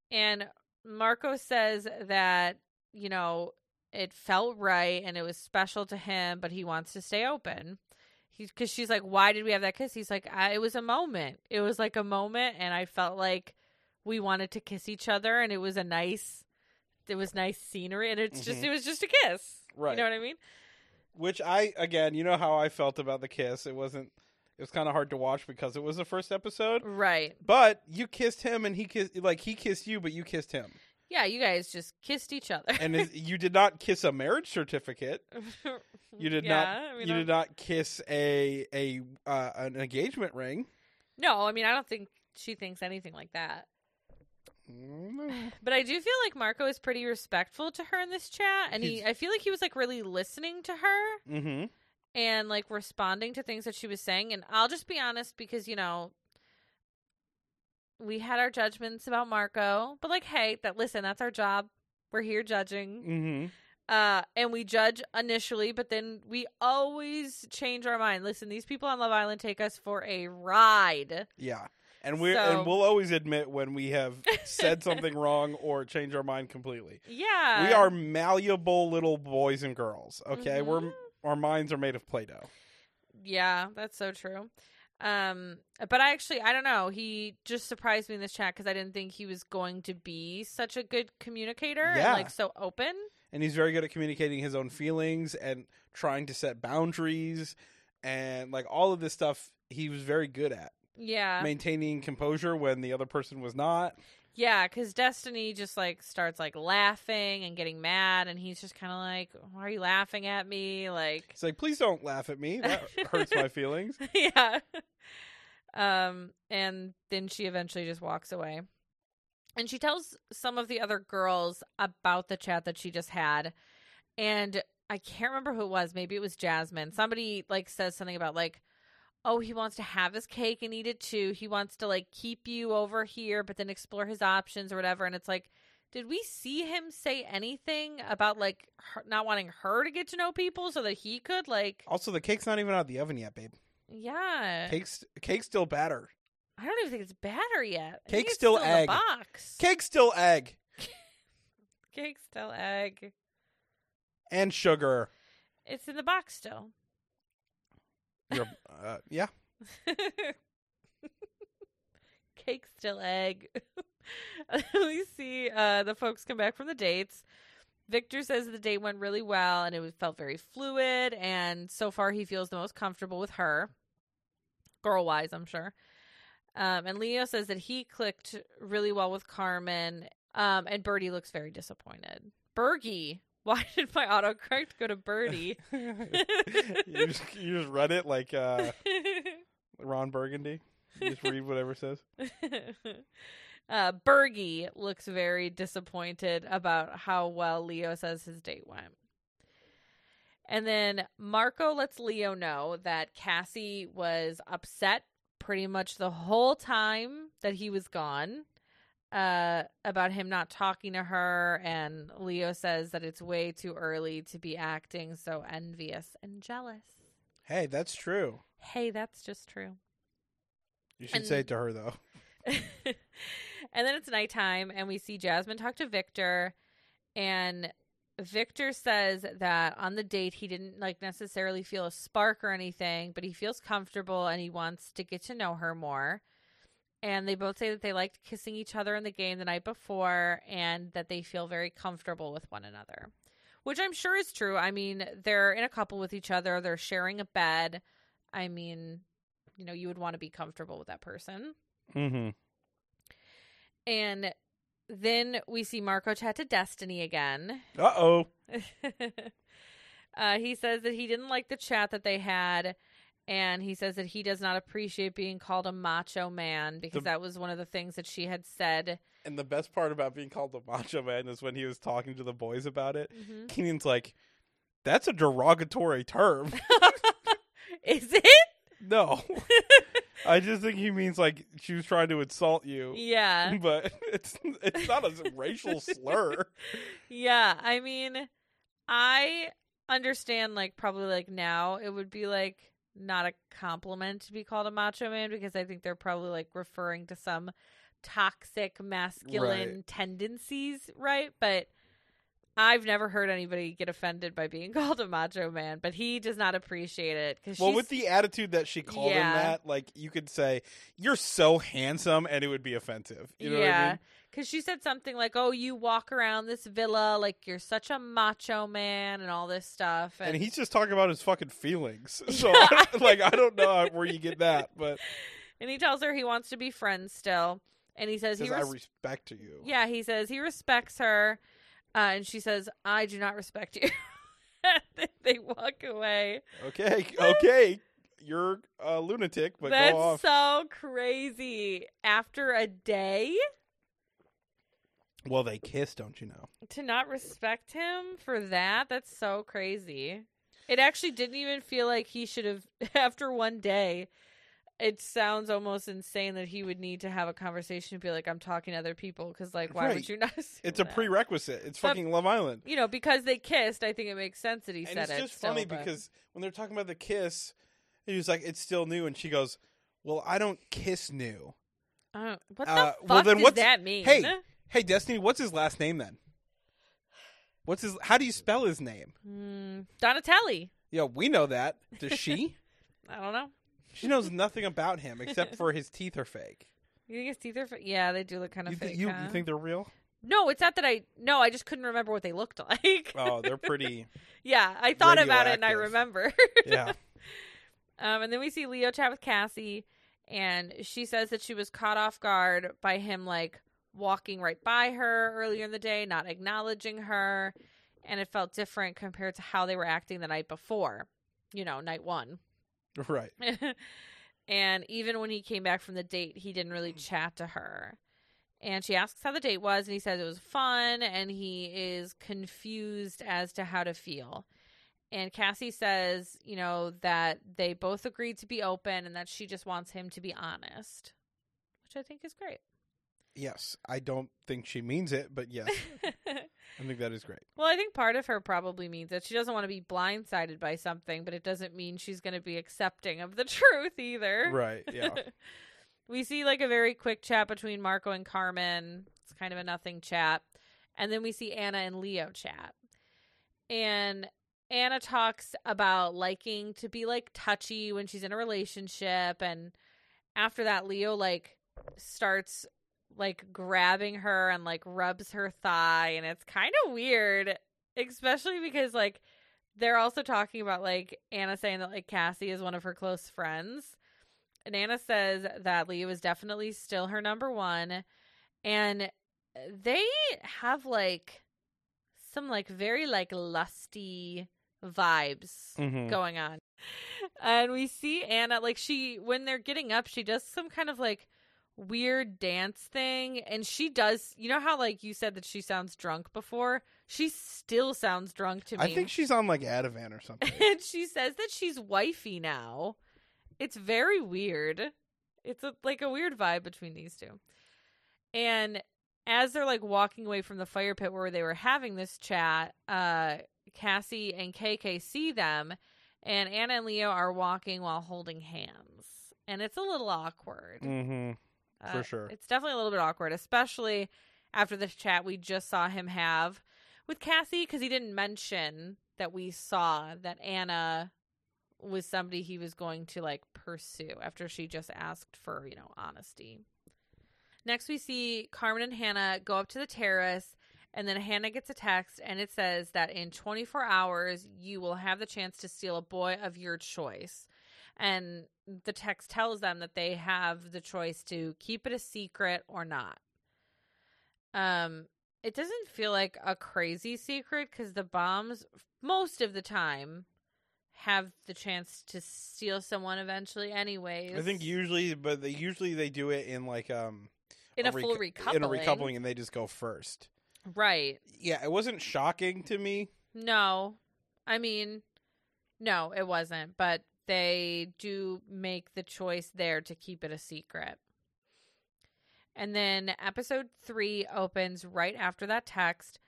B: And Marco says that, you know, it felt right and it was special to him, but he wants to stay open. He's because she's like, why did we have that kiss? He's like, I, it was a moment. It was like a moment, and I felt like we wanted to kiss each other, and it was a nice, it was nice scenery, and it's just,
A: Mhm.
B: it was just a kiss. You
A: Right.
B: know what I mean?
A: Which I again, you know how I felt about the kiss. It wasn't. It was kind of hard to watch because it was the first episode.
B: Right.
A: But you kissed him, and he kissed like he kissed you, but you kissed him,
B: Yeah. You guys just kissed each other.
A: and
B: [laughs]
A: is- you did not kiss a marriage certificate.
B: [laughs]
A: You did not-
B: Yeah, I mean,
A: you
B: I'm-
A: did not kiss a a uh, an engagement ring.
B: No, I mean, I don't think she thinks anything like that.
A: Mm-hmm.
B: But I do feel like Marco is pretty respectful to her in this chat, and he
A: He's-
B: I feel like he was like really listening to her
A: Mm-hmm.
B: and like responding to things that she was saying. And I'll just be honest because you know we had our judgments about Marco, but like, hey, that listen, that's our job. We're here judging.
A: Mm-hmm.
B: Uh, and we judge initially, but then we always change our mind. Listen, these people on Love Island take us for a ride.
A: Yeah. And we're
B: So-
A: and we'll always admit when we have said
B: [laughs]
A: something wrong or change our mind completely.
B: Yeah.
A: we are malleable little boys and girls. Okay,
B: Mhm.
A: we're our minds are made of play-doh.
B: Yeah, that's so true. Um, but I actually, I don't know. He just surprised me in this chat because I didn't think he was going to be such a good communicator
A: Yeah.
B: and like so open.
A: and he's very good at communicating his own feelings and trying to set boundaries and like all of this stuff he was very good at
B: Yeah,
A: maintaining composure when the other person was not
B: yeah. Because Destiny just like starts like laughing and getting mad, and he's just kind of like, "Why are you laughing at me?" Like,
A: he's like please don't laugh at me that
B: [laughs]
A: hurts my feelings
B: yeah. Um, and then she eventually just walks away. And she tells some of the other girls about the chat that she just had. And I can't remember who it was. Maybe it was Jasmine. Somebody like says something about like, oh, he wants to have his cake and eat it too. He wants to like keep you over here, but then explore his options or whatever. And it's like, did we see him say anything about like her, not wanting her to get to know people so that he could like,
A: also the cake's not even out of the oven yet babe
B: yeah,
A: cake's cake's still batter
B: I don't even think it's batter yet. I think
A: Cake's
B: it's
A: still
B: in the
A: egg.
B: box.
A: cake's still egg
B: Cake's still egg.
A: and sugar
B: It's in the box still.
A: You're, uh, yeah
B: [laughs] Cake still egg. [laughs] we see uh, the folks come back from the dates. Victor says the date went really well and it was- felt very fluid. And so far, he feels the most comfortable with her, girl wise, I'm sure. Um, and Leo says that he clicked really well with Carmen. Um, and Birdie looks very disappointed. Bergie, [laughs] why did my autocorrect go to Birdie?
A: [laughs] you, just, you just read it like uh, ron burgundy you just read whatever it says
B: [laughs] uh, Bergie looks very disappointed about how well Leo says his date went. And then Marco lets Leo know that Cassie was upset pretty much the whole time that he was gone uh, about him not talking to her. And Leo says that it's way too early to be acting so envious and jealous.
A: hey that's true
B: Hey, that's just true.
A: you should
B: And-
A: say it to her though
B: [laughs] and then it's nighttime, and we see Jasmine talk to Victor, and Victor says that on the date he didn't like necessarily feel a spark or anything, but he feels comfortable and he wants to get to know her more. And they both say that they liked kissing each other in the game the night before, and that they feel very comfortable with one another, which I'm sure is true. I mean, they're in a couple with each other, they're sharing a bed. I mean, you know, you would want to be comfortable with that person.
A: mm-hmm
B: And then we see Marco chat to Destiny again. [laughs]
A: Uh oh.
B: uh, he says that he didn't like the chat that they had. And he says that he does not appreciate being called a macho man because
A: The-
B: that was one of the things that she had said.
A: And the best part about being called the Macho Man is when he was talking to the boys about it.
B: Mhm.
A: Keenan's like, "That's a derogatory
B: [laughs]
A: term."
B: [laughs] Is it?
A: no, I just think he means like she was trying to insult you,
B: Yeah.
A: but [laughs] it's it's not a racial slur.
B: Yeah. I mean, I understand, like, probably like now it would be like not a compliment to be called a macho man because I think they're probably like referring to some toxic masculine tendencies, right? But I've never heard anybody get offended by being [laughs] called a macho man, but he does not appreciate it because
A: Well, with the attitude that she called him
B: Yeah.
A: that, like you could say, "You're so handsome," and it would be offensive. You know what I mean?
B: Because she said something like, oh, you walk around this villa like you're such a macho man and all this stuff.
A: And he's just talking about his fucking feelings. [laughs]
B: [laughs]
A: So, like, I don't know where you get that, but
B: And he tells her he wants to be friends still. And he says he
A: says I
B: res-
A: respect you.
B: yeah, he says he respects her. Uh, and she says, I do not respect you. [laughs] Then they walk away. [laughs]
A: Okay, okay. You're a lunatic, but
B: That's
A: go off.
B: so crazy. After a day
A: Well, they kiss, don't you know?
B: to not respect him for that, that's so [laughs] crazy. It actually didn't even feel like he should have, after one day, it sounds almost insane that he would need to have a conversation and be like, "I'm talking to other people," because like, why
A: Right.
B: would you not? [laughs] assume
A: It's a
B: that?
A: prerequisite. It's
B: But-
A: fucking Love Island.
B: You know, because they kissed. I think it makes sense that he
A: And
B: said
A: it's
B: it.
A: just
B: still,
A: funny
B: but-
A: because when they're talking about the kiss, he was like, "It's still new," and she goes, "Well, I don't kiss new."
B: I don't, what the
A: Uh,
B: fuck
A: well, then
B: does
A: what's-
B: that mean?
A: Hey, hey, Destiny, what's his last name then? What's his? How do you spell his name?
B: Mm, Donatelli.
A: Yeah, we know that. Does
B: [laughs]
A: she?
B: I don't know.
A: she knows nothing about him except for his teeth are fake.
B: You think his teeth are? Fa- yeah, they do look kind of
A: You,
B: fake.
A: think you,
B: huh?
A: you think they're real?
B: No, it's not that I. No, I just couldn't remember what they looked [laughs] like.
A: Oh, they're
B: [laughs]
A: pretty.
B: yeah, I thought about it and I
A: radioactive.
B: remember.
A: Yeah,
B: Um, and then we see Leo chat with Cassie, and she says that she was caught off guard by him like walking right by her earlier in the day, not acknowledging her, and it felt different compared to how they were acting the night before. You know, night one.
A: right.
B: [laughs] and even when he came back from the date, he didn't really chat to her. And she asks how the date was, and he says it was fun, and he is confused as to how to feel. And Cassie says, you know, that they both agreed to be open and that she just wants him to be honest, which I think is great.
A: Yes, I don't think she means it, but yes, I think that is great.
B: [laughs] well, I think part of her probably means that she doesn't want to be blindsided by something, but it doesn't mean she's going to be accepting of the [laughs] truth either.
A: Right?
B: [laughs]
A: Yeah.
B: we see like a very quick chat between Marco and Carmen. It's kind of a nothing chat. And then we see Anna and Leo chat. And Anna talks about liking to be like touchy when she's in a relationship and after that Leo like starts like grabbing her and like rubs her thigh and it's kind of weird especially because like they're also talking about like Anna saying that like Cassie is one of her close friends and Anna says that Leo is definitely still her number one. And they have like some like very like lusty vibes
A: Mhm.
B: going on. And we see Anna like she when they're getting up, she does some kind of like weird dance thing and she does you know how like you said that she sounds drunk before? She still sounds drunk to me.
A: I think she's on like Ativan or
B: [laughs]
A: something.
B: and she says that she's wifey now. It's very weird. It's a, like a weird vibe between these two. And as they're like walking away from the fire pit where they were having this chat, uh, Cassie and KK see them, and Anna and Leo are walking while holding hands. And it's a little awkward.
A: mm-hmm.
B: Uh,
A: for sure.
B: It's definitely a little bit awkward, especially after the chat we just saw him have with Cassie because he didn't mention that we saw that Anna was somebody he was going to like pursue after she just asked for, you know, honesty. Next, we see Carmen and Hannah go up to the terrace, and then Hannah gets a text and it says that in 24 hours, you will have the chance to steal a boy of your choice. And the text tells them that they have the choice to keep it a secret or not. Um, it doesn't feel like a crazy secret because the bombs, most of the time, have the chance to steal someone eventually, anyways.
A: I think usually, but they usually they do it in like um
B: in a, full
A: recu-
B: recoupling,
A: in a recoupling, and they just go first.
B: right?
A: Yeah, it wasn't shocking to me.
B: No. I mean, no, it wasn't, but they do make the choice there to keep it a secret. And then episode three opens right after that text,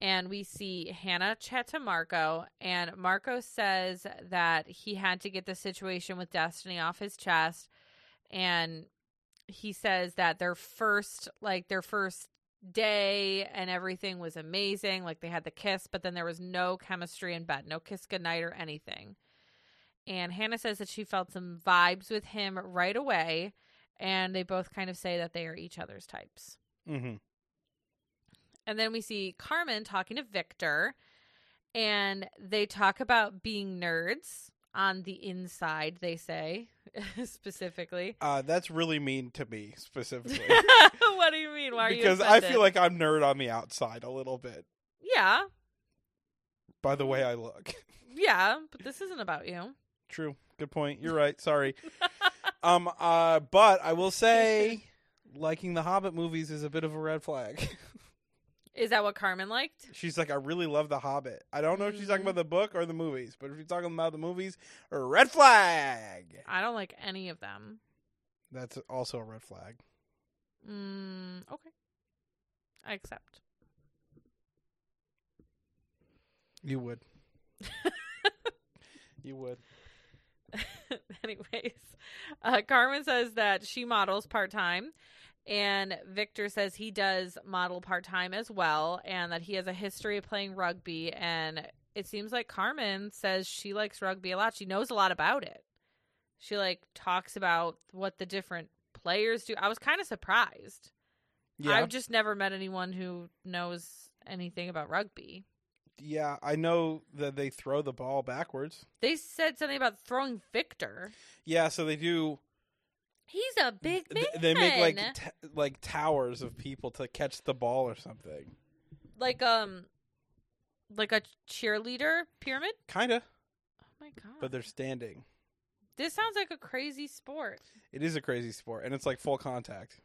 B: and we see Hannah chat to Marco, and Marco says that he had to get the situation with Destiny off his chest, and he says that their first, like their first day and everything was amazing. Like they had the kiss, but then there was no chemistry in bed, no kiss goodnight or anything. And Hannah says that she felt some vibes with him right away. And they both kind of say that they are each other's types.
A: Mm-hmm.
B: And then we see Carmen talking to Victor, and they talk about being nerds on the inside, they say [laughs] specifically.
A: Uh, that's really mean to me specifically
B: [laughs] what do you mean? Why are you
A: because I
B: offended?
A: feel like I'm nerd on the outside a little bit
B: Yeah,
A: by the way I look. [laughs]
B: yeah, but this isn't about you.
A: True, good point. You're right.
B: [laughs]
A: Sorry. um. Uh. But I will
B: [laughs]
A: say, liking the Hobbit movies is a bit of a red flag. [laughs]
B: Is that what Carmen liked?
A: She's like, I really love The Hobbit. I don't know if she's talking
B: Mhm.
A: about the book or the movies, but if you're talking about the movies, red flag.
B: I don't like any of them.
A: That's also a red flag.
B: Mm, okay. I accept. [laughs]
A: You
B: [laughs]
A: would. you would.
B: Anyways, uh, Carmen says that she models part time, and Victor says he does model part time as well, and that he has a history of playing rugby. And it seems like Carmen says she likes rugby a lot. She knows a lot about it. She like talks about what the different players do. I was kind of surprised.
A: Yeah.
B: I've just never met anyone who knows anything about rugby.
A: yeah, I know that they throw the ball backwards.
B: They said something about throwing Victor.
A: Yeah, so they do
B: He's a big man.
A: th- they make like t- like towers of people to catch the ball or something.
B: like um like a cheerleader pyramid.
A: Kind of,
B: Oh my god!
A: but they're standing.
B: this sounds like a crazy sport.
A: It is a crazy sport and it's like full contact.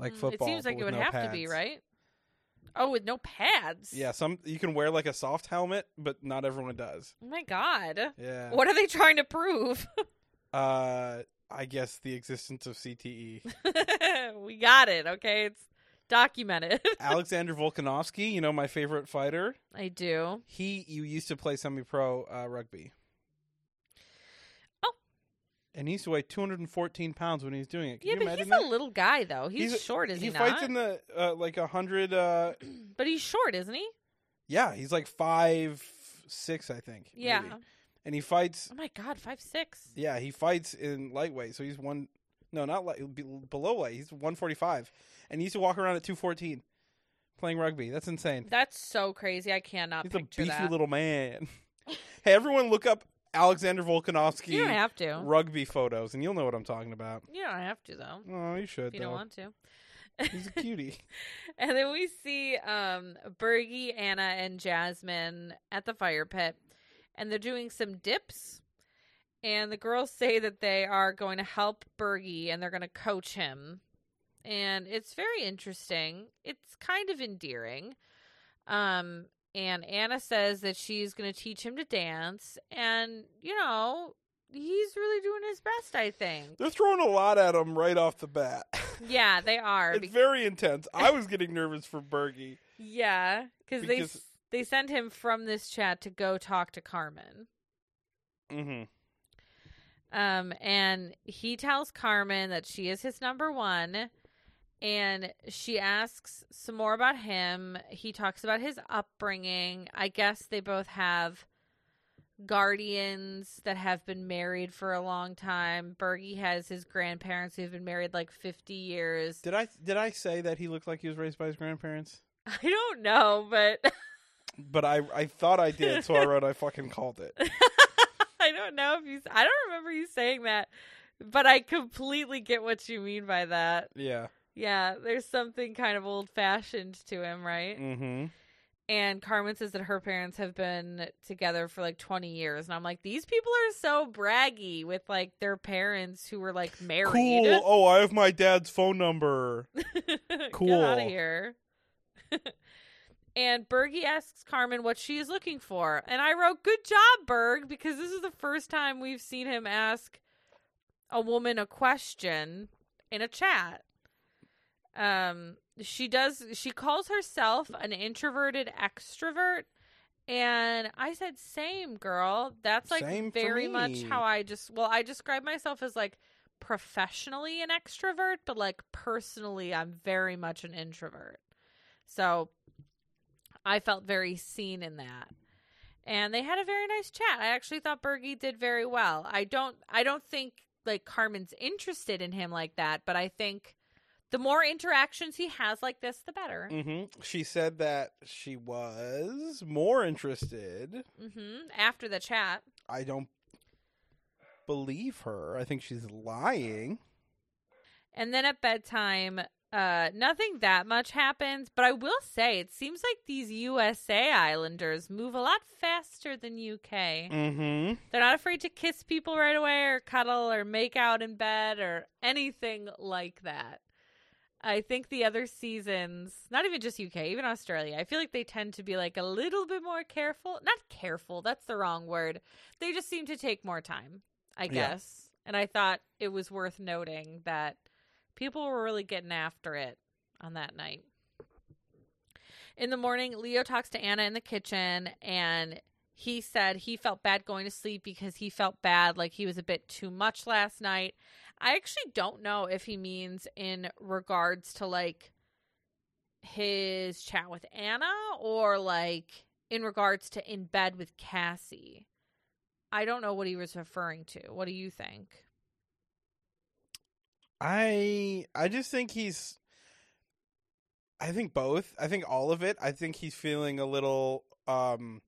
A: Like
B: Mm,
A: football.
B: It seems
A: but
B: like it
A: with
B: would
A: no
B: have to be
A: pads.
B: right. Oh, with no pads.
A: Yeah, some you can wear like a soft helmet, but not everyone does.
B: Oh my god.
A: Yeah.
B: What are they trying to prove? [laughs]
A: Uh I guess the existence of E. CTE.
B: we got it. Okay, it's documented.
A: Alexander Volkanovsky, you know my favorite fighter.
B: [laughs] I do.
A: He you used to play semi-pro uh, rugby.
B: Oh.
A: And he used to weigh 214 pounds when he was doing it. Can
B: yeah,
A: you
B: but
A: imagine
B: he's
A: that?
B: a little guy though. He's,
A: He's-
B: short, is
A: he
B: he,
A: fights
B: not?
A: in the uh, like a hundred. Uh,
B: but he's short, isn't he?
A: yeah, he's like five six, I think. maybe.
B: Yeah.
A: and he fights.
B: Oh my god, five six.
A: Yeah, he fights in lightweight, so he's one. No, not light, be- below light. He's one forty five, and he used to walk around at two fourteen, playing rugby. That's insane.
B: That's so crazy. I cannot
A: He's a
B: picture
A: beefy
B: that.
A: little man.
B: [laughs]
A: hey, everyone, look up Alexander
B: you don't
A: Volkanovsky
B: have to.
A: rugby photos, and you'll know what I'm talking about.
B: You don't have to though.
A: Oh, you should.
B: If you don't
A: though.
B: want to.
A: He's
B: [laughs]
A: a cutie.
B: And then we see um Bergie, Anna, and Jasmine at the fire pit, and they're doing some dips. And the girls say that they are going to help Bergie and they're going to coach him. And it's very interesting. It's kind of endearing. Um, and Anna says that she's going to teach him to dance. And, you know, he's really doing his best, I think.
A: They're throwing a lot at him right off the bat. [laughs]
B: Yeah, they are.
A: It's very intense. I was
B: [laughs]
A: getting nervous for Bergie.
B: Yeah, cause they
A: Because-
B: s- they send him from this chat to go talk to Carmen.
A: Mm-hmm.
B: Um, and he tells Carmen that she is his number one, and she asks some more about him. He talks about his upbringing. I guess they both have guardians that have been married for a long time. Bergie has his grandparents who've been married like fifty years. [laughs]
A: Did I did I say that he looked like he was raised by his grandparents?
B: I don't know, but
A: But I I thought I did,
B: [laughs]
A: so I wrote I fucking called it.
B: I don't know if you. I don't remember you saying that, but I completely get what you mean by that.
A: Yeah.
B: Yeah, there's something kind of old fashioned to him, right?
A: Mm-hmm.
B: And Carmen says that her parents have been together for like 20 years, and I'm like, these people are so braggy with like their parents who were like married.
A: Cool. Oh, I have my dad's phone
B: [laughs]
A: number.
B: Get out
A: Cool.
B: of here. [laughs] and Bergie asks Carmen what she is looking for. And I wrote, Good job, Berg, because this is the first time we've seen him ask a woman a question in a chat. Um, she does, she calls herself an introverted extrovert. And I said, same girl. That's like
A: Same for
B: very much
A: me.
B: how I just, well, I describe myself as like professionally an extrovert, but like personally, I'm very much an introvert. So I felt very seen in that. And they had a very nice chat. I actually thought Bergie did very well. I don't I don't think like Carmen's interested in him like that, but I think the more interactions he has like this, the better.
A: Mm-hmm. She said that she was more interested.
B: hmm After the chat.
A: I don't believe her. I think she's lying.
B: And then at bedtime, uh, nothing that much happens. But I will say, it seems like these USA Islanders move a lot faster than UK.
A: Mm-hmm.
B: They're not afraid to kiss people right away, or cuddle, or make out in bed, or anything like that. I think the other seasons, not even just UK, even Australia, I feel like they tend to be like a little bit more careful. Not careful, that's the wrong word. They just seem to take more time, I
A: Yeah.
B: guess. And I thought it was worth noting that people were really getting after it on that night. In the morning, Leo talks to Anna in the kitchen and he said he felt bad going to sleep because he felt bad like he was a bit too much last night. I actually don't know if he means in regards to like his chat with Anna or like in regards to in bed with Cassie. I don't know what he was referring to. What do you think?
A: I I just think he's I think both. I think all of it. I think he's feeling a little um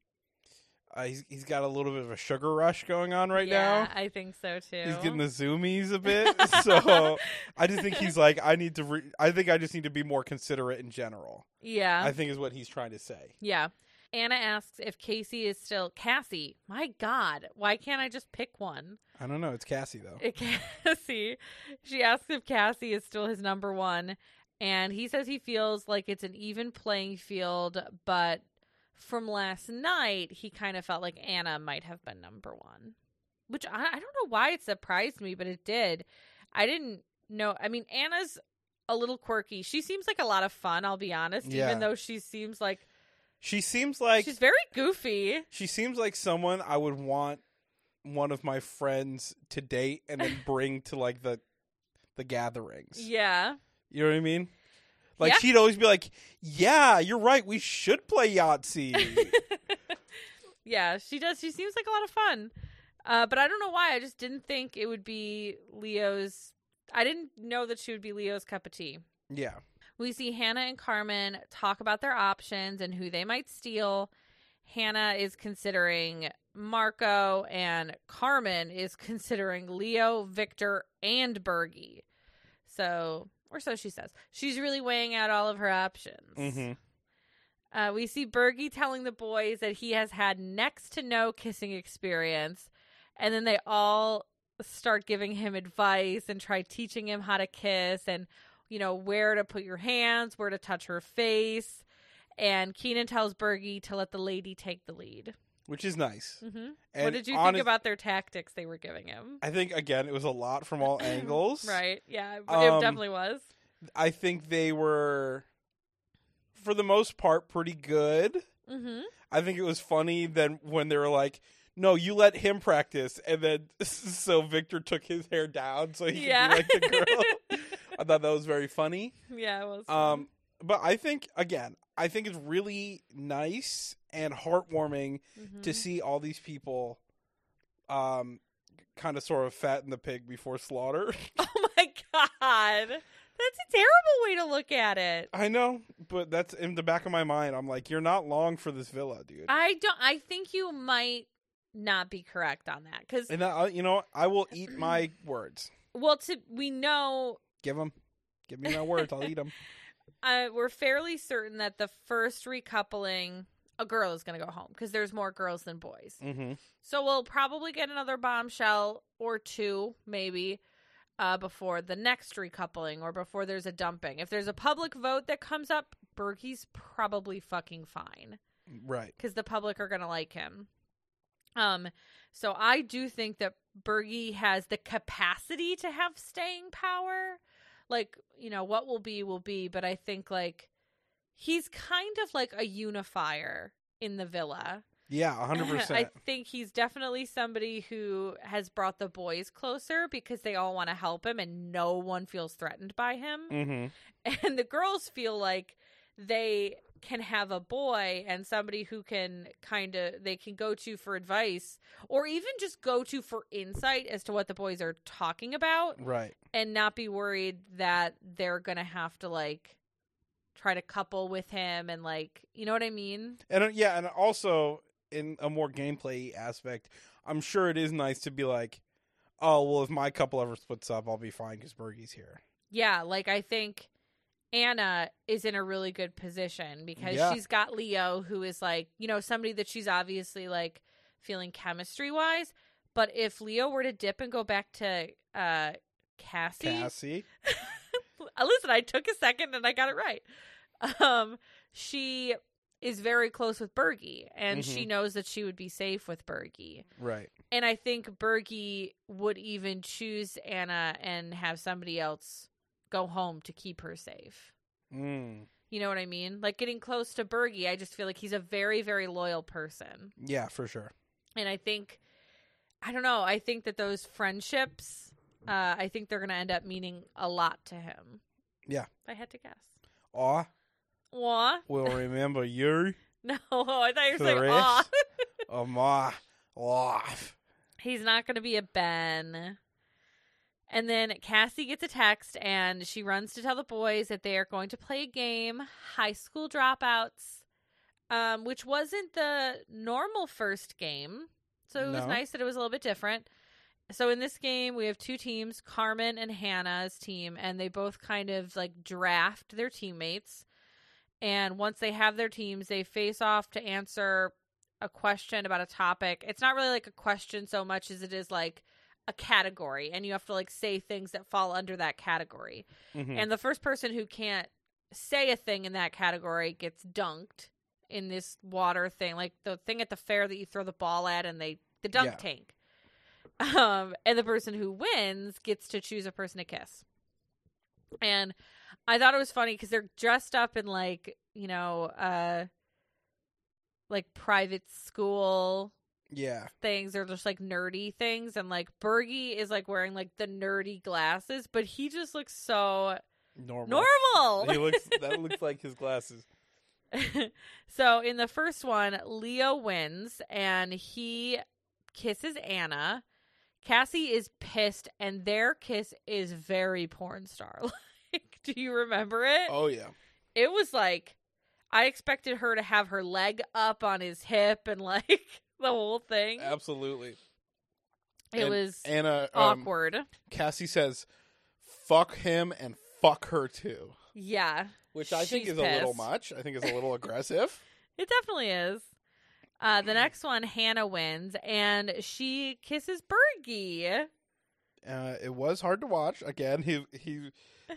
A: uh, he's he's got a little bit of a sugar rush going on right
B: yeah,
A: now.
B: I think so too.
A: He's
B: [laughs]
A: getting the zoomies a bit. so I just think he's like I need to re- I think I just need to be more considerate in general.
B: Yeah.
A: I think is what he's trying to say.
B: yeah. Anna asks if Casey is still Cassie. My God, why can't I just pick one?
A: I don't know. It's Cassie though.
B: [laughs] Cassie. She asks if Cassie is still his number one, and he says he feels like it's an even playing field, but from last night, he kind of felt like Anna might have been number one, which I, I don't know why it surprised me, but it did. I didn't know. I mean, Anna's a little quirky. She seems like a lot of fun, I'll be honest,
A: Yeah.
B: even though she seems like,
A: She seems like
B: she's very goofy.
A: she seems like someone I would want one of my friends to date and
B: [laughs]
A: then bring to like the the gatherings.
B: Yeah.
A: You know what I mean? Like
B: Yeah.
A: she'd always be like, "Yeah, you're right. We should play Yahtzee."
B: [laughs] yeah, she does. She seems like a lot of fun. Uh, but I don't know why. I just didn't think it would be Leo's. I didn't know that she would be Leo's cup of tea.
A: yeah.
B: We see Hannah and Carmen talk about their options and who they might steal. Hannah is considering Marco, and Carmen is considering Leo, Victor, and Bergie. So, or so she says. She's really weighing out all of her options.
A: hmm
B: Uh, we see Bergie telling the boys that he has had next to no kissing experience, and then they all start giving him advice and try teaching him how to kiss and you know where to put your hands, where to touch her face. And Keenan tells Bergie to let the lady take the lead.
A: Which is nice.
B: hmm
A: And
B: What did you
A: honest-
B: think about their tactics they were giving him?
A: I think again, it was a lot from
B: [clears throat]
A: all angles.
B: Right? Yeah, it
A: Um,
B: definitely was.
A: I think they were, for the most part, pretty good.
B: hmm
A: I think it was funny then when they were like, "No, you let him practice," and then [laughs] so Victor took his hair down so he
B: Yeah.
A: could be like the
B: [laughs]
A: girl. I thought that was very funny.
B: Yeah, it was.
A: Um, but I think again, I think it's really nice and heartwarming to
B: Mhm.
A: see all these people, um, kind of sort of fatten the pig before slaughter.
B: [laughs]
A: [laughs]
B: Oh my god, that's a terrible way to look at it.
A: I know, but that's in the back of my mind. I'm like, you're not long for this villa, dude.
B: I don't. I think you might not be correct on that because
A: and I, you know, I will eat my words.
B: well, to we know
A: Give them, give me my words. I'll eat
B: [laughs]
A: them.
B: uh, we're fairly certain that the first recoupling, a girl is going to go home because there's more girls than boys.
A: Mm-hmm.
B: So we'll probably get another bombshell or two, maybe, uh, before the next recoupling or before there's a dumping. If there's a public vote that comes up, Berkey's probably fucking fine.
A: Right.
B: because the public are going to like him. Um, so I do think that Bergie has the capacity to have staying power. Like, you know, what will be will be, but I think like he's kind of like a unifier in the villa. [laughs]
A: Yeah, hundred
B: I
A: percent.
B: think he's definitely somebody who has brought the boys closer because they all want to help him and no one feels threatened by him
A: Mm-hmm.
B: and the girls feel like they can have a boy and somebody who can kind of they can go to for advice or even just go to for insight as to what the boys are talking about
A: Right.
B: and not be worried that they're going to have to like try to couple with him and like you know what i mean
A: And uh, yeah, and also in a more gameplay aspect, I'm sure it is nice to be like, oh well, if my couple ever splits up, I'll be fine because Bergie's here.
B: yeah like i think anna is in a really good position because
A: Yeah.
B: she's got leo who is like you know somebody that she's obviously like feeling chemistry wise but if leo were to dip and go back to uh cassie uh,
A: Cassie.
B: [laughs] listen i took a second and i got it right um she is very close with Bergie and
A: Mhm.
B: she knows that she would be safe with Bergie.
A: Right.
B: And I think Bergie would even choose Anna and have somebody else go home to keep her safe.
A: Mm.
B: You know what I mean? Like getting close to Bergie, I just feel like he's a very, very loyal person.
A: Yeah, for sure.
B: And I think, I don't know, I think that those friendships, uh, I think they're going to end up meaning a lot to him.
A: Yeah.
B: If I had to guess.
A: Aw
B: Aw. [laughs]
A: will remember you
B: No, I thought you were
A: for
B: saying
A: the
B: aw.
A: rest of my life.
B: He's not going to be a Ben. And then Cassie gets a text and she runs to tell the boys that they are going to play a game, High School Dropouts, um, which wasn't the normal first game. So it was
A: No.
B: nice that it was a little bit different. So in this game, we have two teams, Carmen and Hannah's team, and they both kind of like draft their teammates. And once they have their teams, they face off to answer a question about a topic. It's not really like a question so much as it is like a category, and you have to like say things that fall under that category.
A: Mhm.
B: And the first person who can't say a thing in that category gets dunked in this water thing, like the thing at the fair that you throw the ball at and they the dunk
A: Yeah.
B: tank. Um, and the person who wins gets to choose a person to kiss. And I thought it was funny because they're dressed up in like you know, uh, like private school
A: yeah.
B: things or just like nerdy things and like Bergie is like wearing like the nerdy glasses but he just looks so
A: Normal.
B: normal
A: He looks that looks like his glasses.
B: [laughs] so in the first one, Leo wins and he kisses Anna. Cassie is pissed and their kiss is very porn star. [laughs] Like, do you remember it?
A: Oh
B: [laughs]
A: yeah.
B: It was like I expected her to have her leg up on his hip and like [laughs] the whole thing.
A: Absolutely.
B: it
A: And
B: was
A: Anna um,
B: awkward.
A: Cassie says, "Fuck him and fuck her too,"
B: Yeah.
A: which I think
B: She's
A: is a little
B: pissed.
A: much. I think is a
B: [laughs]
A: little aggressive.
B: It definitely is.
A: [clears throat]
B: Uh, the next one, Hannah wins, and she kisses Bergie.
A: Uh, it was hard to watch. Again, he he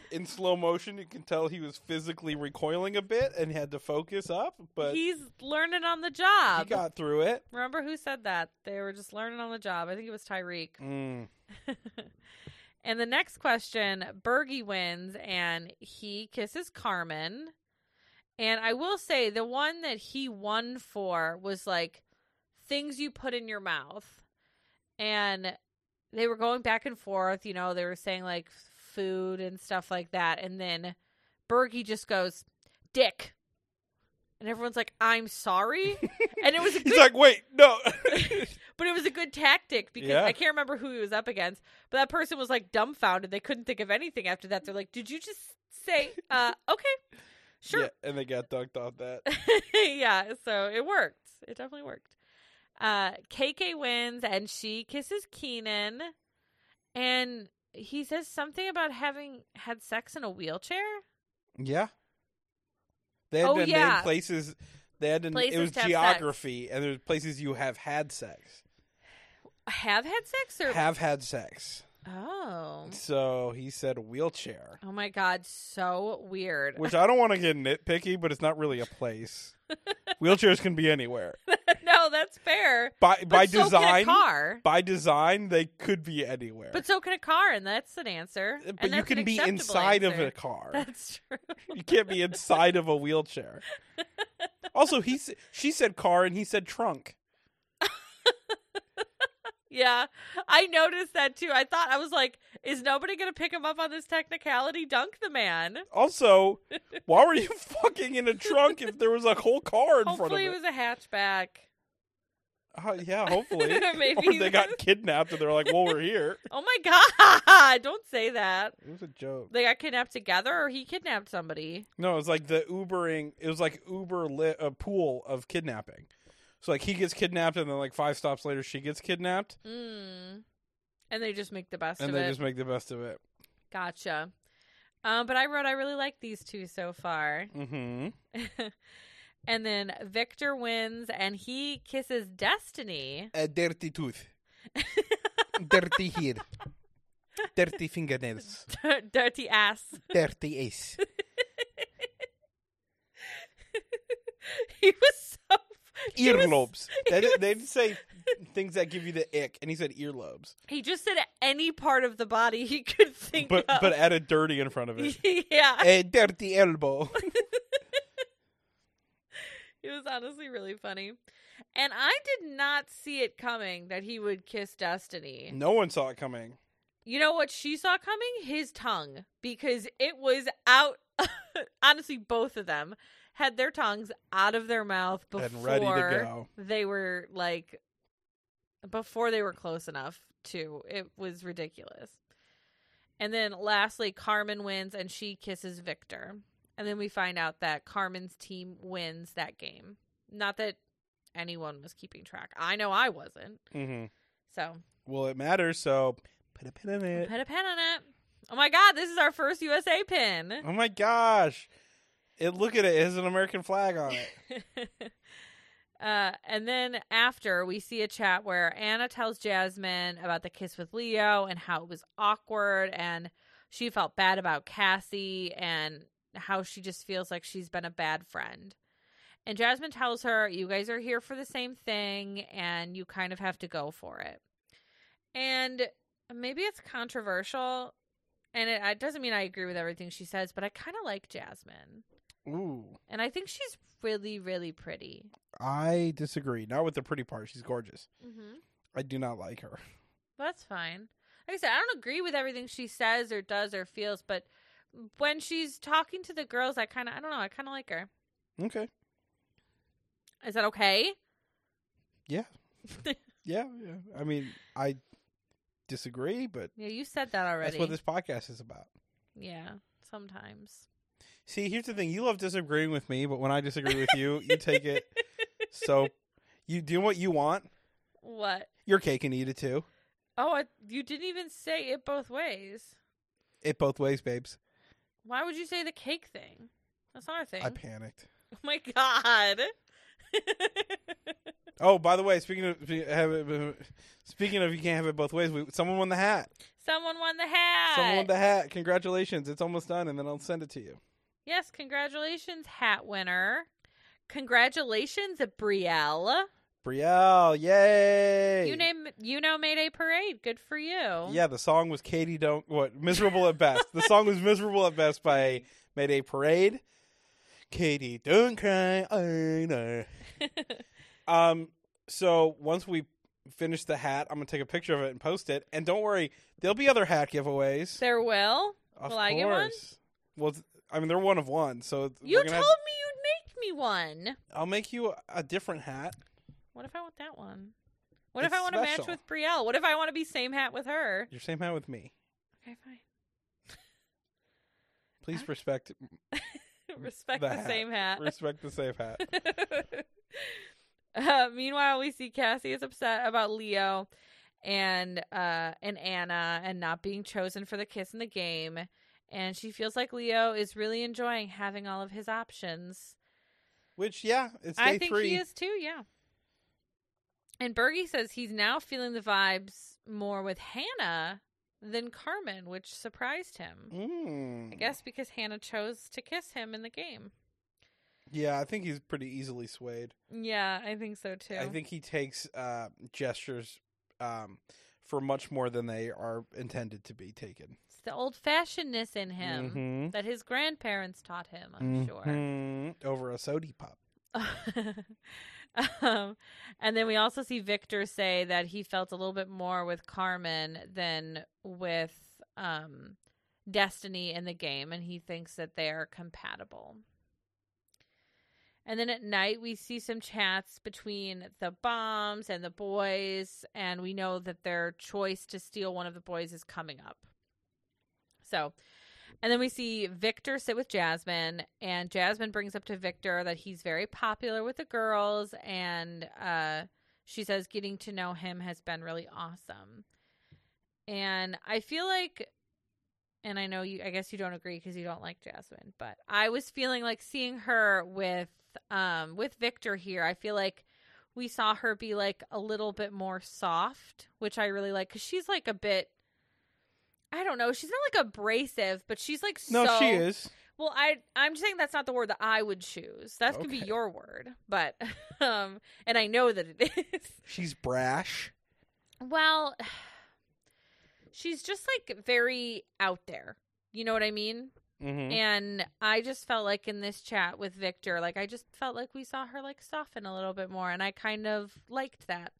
A: in slow motion. You can tell he was physically recoiling a bit and had to focus up, but
B: He's learning on the
A: he
B: job.
A: got through it.
B: Remember who said that? They were just learning on the job. I think it was Tyreek.
A: Mm.
B: [laughs] and the next question, Bergie wins and he kisses Carmen. And I will say the one that he won for was like things you put in your mouth. And they were going back and forth, you know, they were saying like food and stuff like that. And then Bergie just goes, Dick. And everyone's like, I'm sorry. and it was a
A: He's
B: good
A: like, wait, no. [laughs]
B: but it was a good tactic because
A: Yeah.
B: I can't remember who he was up against. But that person was like dumbfounded. They couldn't think of anything after that. They're like, "Did you just say
A: [laughs]
B: uh, okay,
A: Yeah,
B: sure,
A: and they got dunked off that.
B: [laughs] yeah. So it worked. It definitely worked. Uh, KK wins and she kisses Keenan, and he says something about having had sex in a wheelchair.
A: Yeah, they had
B: Oh,
A: to
B: yeah.
A: name places. They had to.
B: Places
A: it was
B: to have
A: geography, and there's places you have had sex.
B: Have had sex or
A: Have had sex.
B: oh.
A: So he said wheelchair,
B: Oh my god, so weird.
A: which I don't want to get nitpicky, but it's not really a place. Wheelchairs can be anywhere.
B: [laughs] no, that's fair.
A: by
B: But
A: by
B: so can a
A: design
B: car.
A: by design they could be anywhere
B: But so can a car, and that's an answer.
A: Uh, but
B: And
A: you
B: that's an
A: can be
B: acceptable
A: inside
B: answer. [laughs]
A: of a car
B: That's true.
A: you can't be inside of a
B: [laughs]
A: wheelchair also he s- she said car and he said trunk
B: Yeah, I noticed that too. I thought I was like, is nobody gonna pick him up on this technicality? Dunk the man.
A: also why were you [laughs] fucking in a trunk if there was a whole car in
B: Hopefully, it
A: front
B: was a hatchback.
A: of it Uh, yeah
B: [laughs]
A: hopefully
B: Maybe
A: or they got kidnapped and they're like well we're here
B: [laughs] Oh my god! Don't say that.
A: it was a joke
B: They got kidnapped together, or he kidnapped somebody.
A: No, it was like the Ubering. It was like Uber lit a pool of kidnapping. So like he gets kidnapped, and then like five stops later, she gets kidnapped,
B: Mm. And they just make the best
A: and
B: of
A: they
B: it.
A: just make the best of it.
B: Gotcha. Um, but I wrote, I really like these two so far.
A: Mm-hmm.
B: and then Victor wins and he kisses Destiny. [laughs]
A: A dirty tooth, dirty hair, dirty fingernails,
B: Dirty ass.
A: dirty ace.
B: [laughs] He was so. [laughs] he was-
A: Earlobes.
B: [laughs] he
A: They didn't- they
B: was-
A: didn't say things that give you the ick, and he said
B: [laughs]
A: earlobes,
B: He just said any part of the body he could think
A: but
B: of. [laughs]
A: but Eh. add a dirty in front of it.
B: yeah,
A: a dirty elbow.
B: it was honestly really funny. And I did not see it coming that he would kiss Destiny.
A: No one saw it coming.
B: You know what she saw coming? His tongue, because it was out. [laughs] Honestly, both of them had their tongues out of their mouth before
A: And ready to go.
B: they were like, before they were close enough to. It was ridiculous. And then lastly, Carmen wins and she kisses Victor. And then we find out that Carmen's team wins that game. Not that anyone was keeping track. I know I wasn't.
A: Mm-hmm.
B: So
A: Well, it matters, so put a pin in it.
B: Put a pin on it. Oh my God, this is our first USA pin.
A: Oh my gosh. It look at it, it has an American flag on it.
B: [laughs] uh, and then after, we see a chat where Anna tells Jasmine about the kiss with Leo and how it was awkward and she felt bad about Cassie and how she just feels like she's been a bad friend. And Jasmine tells her, You guys are here for the same thing and you kind of have to go for it. And maybe it's controversial. And it, it doesn't mean I agree with everything she says, but I kind of like Jasmine.
A: Ooh.
B: And I think she's really, really pretty.
A: I disagree. Not with the pretty part. She's gorgeous.
B: Mm-hmm.
A: I do not like her.
B: That's fine. Like I said, I don't agree with everything she says or does or feels, but when she's talking to the girls, I kind of, I don't know, I kind of like her.
A: Okay.
B: Is that okay?
A: Yeah. Yeah, yeah. I mean, I disagree, but
B: Yeah, you said that already.
A: that's what this podcast is about.
B: yeah, sometimes.
A: See, here's the thing. You love disagreeing with me, but when I disagree with you, you take it so you do what you want.
B: What?
A: Your cake and eat it too.
B: Oh, I, you didn't even say it both ways.
A: It both ways, babes.
B: Why would you say the cake thing? That's not a thing.
A: I panicked.
B: [laughs] oh my god. [laughs]
A: Oh, by the way, speaking of have it, speaking of you can't have it both ways, we, someone won the hat.
B: Someone won the hat.
A: Someone won the hat. Congratulations. It's almost done and then I'll send it to you.
B: Yes, congratulations, hat winner. Congratulations, Brielle.
A: Brielle, yay.
B: You name you know Mayday Parade. Good for you.
A: Yeah, the song was Katie Don't What Miserable at Best. the song was Miserable at Best by Mayday Parade. Katie Don't Cry I
B: [laughs]
A: know. Um so once we finish the hat, I'm gonna take a picture of it and post it. And don't worry, there'll be other hat giveaways.
B: there will.
A: Of
B: Will I get one?
A: Well, it's- I mean, they're one of one, so it's-
B: You
A: we're
B: told
A: gonna
B: me
A: have-
B: you'd make me one.
A: I'll make you a- a different hat.
B: What if I want that one? What if
A: It's
B: I want to match
A: special.
B: with Brielle? What if I want to be same hat with her?
A: Your same hat with me.
B: Okay, fine. [laughs]
A: Please respect
B: Respect
A: The
B: the,
A: hat.
B: same hat.
A: respect the safe hat.
B: uh, meanwhile, we see Cassie is upset about Leo and uh, and Anna and not being chosen for the kiss in the game, and she feels like Leo is really enjoying having all of his options.
A: Which yeah, it's day
B: I think
A: three.
B: he is too. Yeah. And Bergie says he's now feeling the vibes more with Hannah than Carmen, which surprised him.
A: Mm.
B: I guess because Hannah chose to kiss him in the game.
A: Yeah, I think he's pretty easily swayed.
B: Yeah, I think so too.
A: I think he takes uh, gestures um, for much more than they are intended to be taken. Mm-hmm.
B: It's the old fashionedness in him that his grandparents taught him, I'm
A: Mhm. Over a soda pop.
B: sure. [laughs] um, and then we also see Victor say that he felt a little bit more with Carmen than with um, Destiny in the game, and he thinks that they are compatible. And then at night, we see some chats between the bombs and the boys, and we know that their choice to steal one of the boys is coming up. So, and then we see Victor sit with Jasmine, and Jasmine brings up to Victor that he's very popular with the girls, and uh, she says getting to know him has been really awesome. And I feel like, and I know you, I guess you don't agree because you don't like Jasmine, but I was feeling like seeing her with, um, with Victor here. I feel like we saw her be like a little bit more soft, which I really like because she's like a bit. I don't know. She's not like abrasive, but she's like
A: No,
B: so
A: she is.
B: Well, I I'm just saying that's not the word that I would choose. That could be
A: Okay.
B: your word, but [laughs] um, and I know that it is.
A: She's brash.
B: Well, [sighs] she's just like very out there. You know what I mean?
A: Mm-hmm.
B: And I just felt like in this chat with Victor, like I just felt like we saw her like soften a little bit more and I kind of liked that.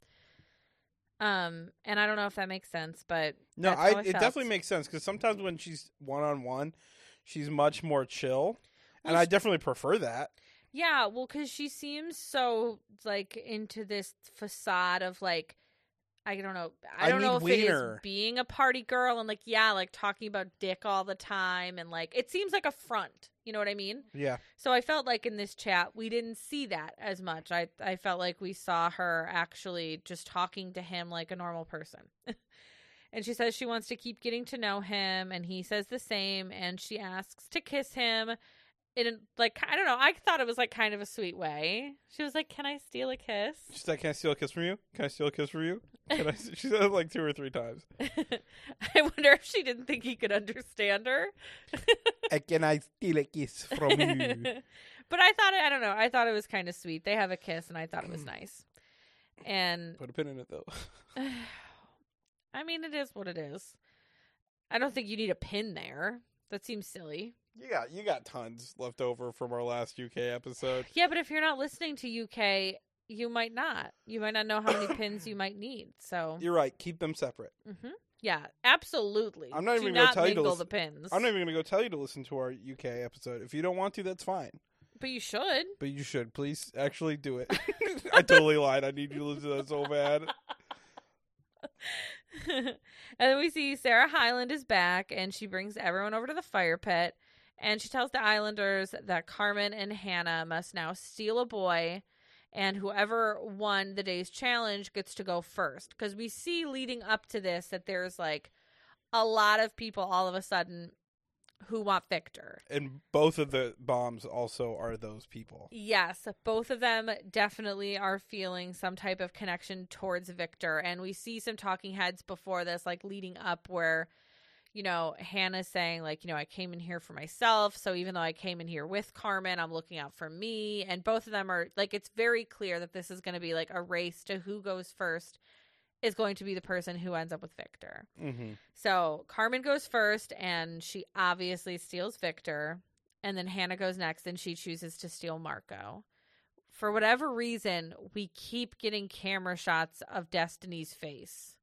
B: Um and I don't know if that makes sense, but
A: No,
B: that's
A: I,
B: how I
A: it
B: felt.
A: definitely makes sense because sometimes when she's one on one, she's much more chill, and
B: Well,
A: I
B: she-
A: definitely prefer that.
B: yeah, well cuz she seems so like into this facade of like I don't know. I
A: I
B: don't know if
A: need
B: it
A: wiener.
B: is being a party girl and like yeah, like talking about dick all the time and like it seems like a front. You know what I mean?
A: Yeah,
B: So I felt like in this chat we didn't see that as much. I I felt like we saw her actually just talking to him like a normal person. [laughs] and she says she wants to keep getting to know him and he says the same and she asks to kiss him in a- like I don't know, I thought it was like kind of a sweet way. She was like, "Can I steal a kiss?" [laughs]
A: she's like, "Can I steal a kiss from you? Can I steal a kiss from you?" Can I? [laughs] she said it like two or three times.
B: I wonder if she didn't think he could understand her.
A: "Uh, Can I steal a kiss from you?
B: [laughs] but I thought it, I don't know. I thought it was kind of sweet. They have a kiss, and I thought it was nice.
A: [laughs]
B: And
A: Put a pin in it though.
B: [sighs] I mean, it is what it is. I don't think you need a pin there. That seems silly.
A: You got you got tons left over from our last UK [laughs] episode.
B: Yeah, but if you're not listening to UK, you might not. You might not know how many pins you might need. So,
A: You're right. Keep them separate.
B: hmm yeah, absolutely.
A: I'm not
B: Do
A: even gonna
B: not
A: tell you to
B: mingle
A: listen-
B: the pins.
A: I'm not even gonna go tell you to listen to our UK episode. If you don't want to, that's fine.
B: but you should.
A: But you should please actually do [laughs] it. I totally lied. I need you to listen to that so bad.
B: [laughs] and then we see Sarah Highland is back and she brings everyone over to the fire pit and she tells the islanders that Carmen and Hannah must now steal a boy and whoever won the day's challenge gets to go first cuz we see leading up to this that there's like a lot of people all of a sudden who want Victor.
A: And both of the bombs also are those people.
B: Yes, both of them definitely are feeling some type of connection towards Victor. And we see some talking heads before this, like leading up, where, you know, Hannah's saying, like, you know, I came in here for myself. So even though I came in here with Carmen, I'm looking out for me. And both of them are like, it's very clear that this is going to be like a race to who goes first is going to be the person who ends up with Victor.
A: Mm-hmm.
B: So Carmen goes first, and she obviously steals Victor. And then Hannah goes next, and she chooses to steal Marco. For whatever reason, we keep getting camera shots of Destiny's face.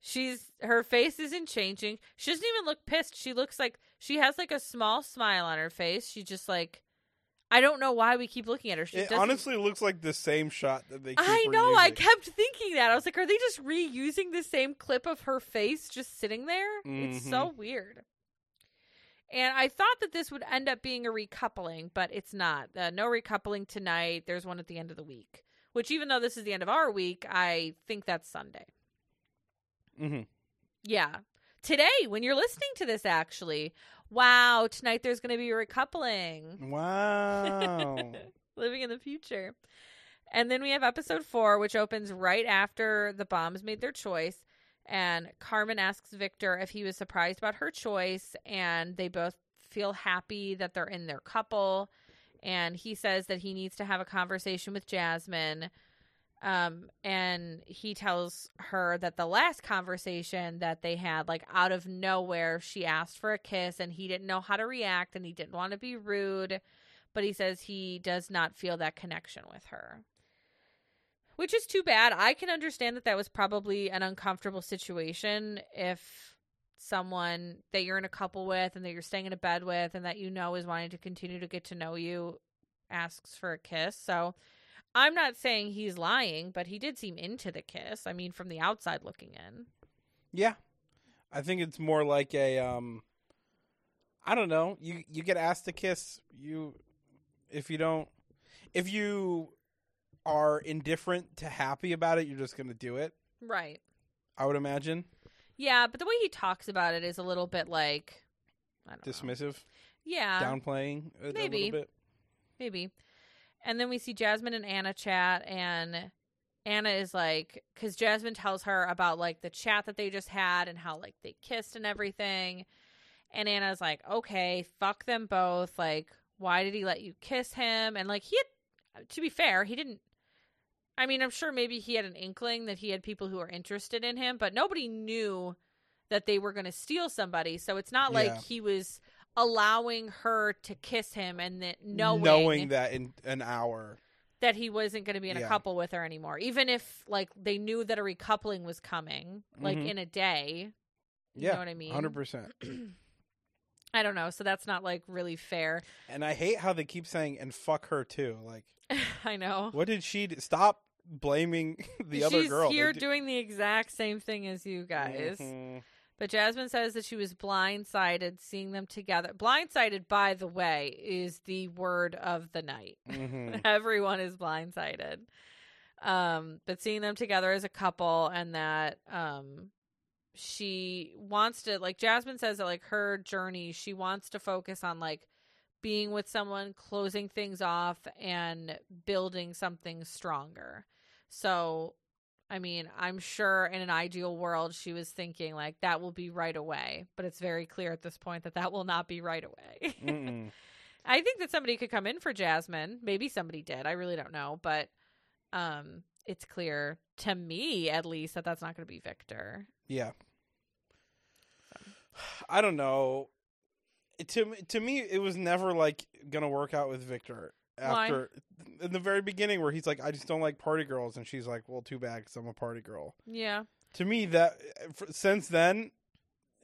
B: She's her face isn't changing. She doesn't even look pissed. She looks like she has like a small smile on her face. She just like I don't know why we keep looking at her. She
A: It
B: doesn't-
A: honestly looks like the same shot that they. Keep
B: I know. I
A: reusing.
B: kept thinking that. I was like, are they just reusing the same clip of her face just sitting there? It's so weird. And I thought that this would end up being a recoupling, but it's not. Uh, no recoupling tonight. There's one at the end of the week, which, even though this is the end of our week, I think that's Sunday.
A: Mhm.
B: Yeah. Today, when you're listening to this, actually, wow, tonight there's going to be a recoupling. [laughs]
A: Wow.
B: living in the future. And then we have episode four, which opens right after the bombs made their choice. And Carmen asks Victor if he was surprised about her choice, and they both feel happy that they're in their couple. And he says that he needs to have a conversation with Jasmine. Um, and he tells her that the last conversation that they had, like out of nowhere, she asked for a kiss and he didn't know how to react and he didn't want to be rude but he says he does not feel that connection with her. Which is too bad. I can understand that that was probably an uncomfortable situation if someone that you're in a couple with and that you're staying in a bed with and that you know is wanting to continue to get to know you asks for a kiss. So I'm not saying he's lying, but he did seem into the kiss. I mean, from the outside looking in.
A: yeah, I think it's more like a. Um, I don't know. You you get asked to kiss you, if you don't, if you are indifferent to happy about it, you're just gonna do it.
B: Right.
A: I would imagine
B: Yeah, but the way he talks about it is a little bit like I don't know.
A: dismissive,
B: Yeah.
A: downplaying a, a
B: Uh, maybe.
A: little bit.
B: maybe. And then we see Jasmine and Anna chat, and Anna is like, because Jasmine tells her about like the chat that they just had and how like they kissed and everything. And Anna's like, okay, fuck them both. Like, why did he let you kiss him? And like, he had, to be fair, he didn't. I mean, I'm sure maybe he had an inkling that he had people who were interested in him, but nobody knew that they were going to steal somebody. So it's not
A: Yeah.
B: like he was allowing her to kiss him and that knowing,
A: knowing
B: that-,
A: that in an hour.
B: he wasn't going to be in
A: Yeah.
B: a couple with her anymore. Even if like they knew that a recoupling was coming, like
A: Mhm.
B: in a day. You
A: Yeah,
B: know what I mean?
A: Hundred percent.
B: [clears throat] I don't know. So that's not like really fair. [laughs]
A: And I hate how they keep saying "and fuck her too." Like,
B: I know.
A: what did she do? stop blaming [laughs] the other
B: She's
A: girl? They
B: here
A: did-
B: doing the exact same thing as you guys.
A: Mhm.
B: But Jasmine says that she was blindsided seeing them together. Blindsided, by the way, is the word of the night.
A: Mhm.
B: [laughs] Everyone is blindsided. Um, but seeing them together as a couple and that um she wants to like Jasmine says that like her journey, she wants to focus on like being with someone, closing things off and building something stronger. So I mean, I'm sure in an ideal world she was thinking like that will be right away, but it's very clear at this point that that will not be right away. [laughs]
A: Mm-mm.
B: I think that somebody could come in for Jasmine. Maybe somebody did. I really don't know, but um it's clear to me at least that that's not going to be Victor.
A: [laughs] Yeah. [sighs] I don't know. To me- to me, it was never like gonna work out with Victor
B: Why?
A: after in the very beginning where he's like, I just don't like party girls, and she's like, Well, too bad, because I'm a party girl.
B: Yeah.
A: To me, that f- since then,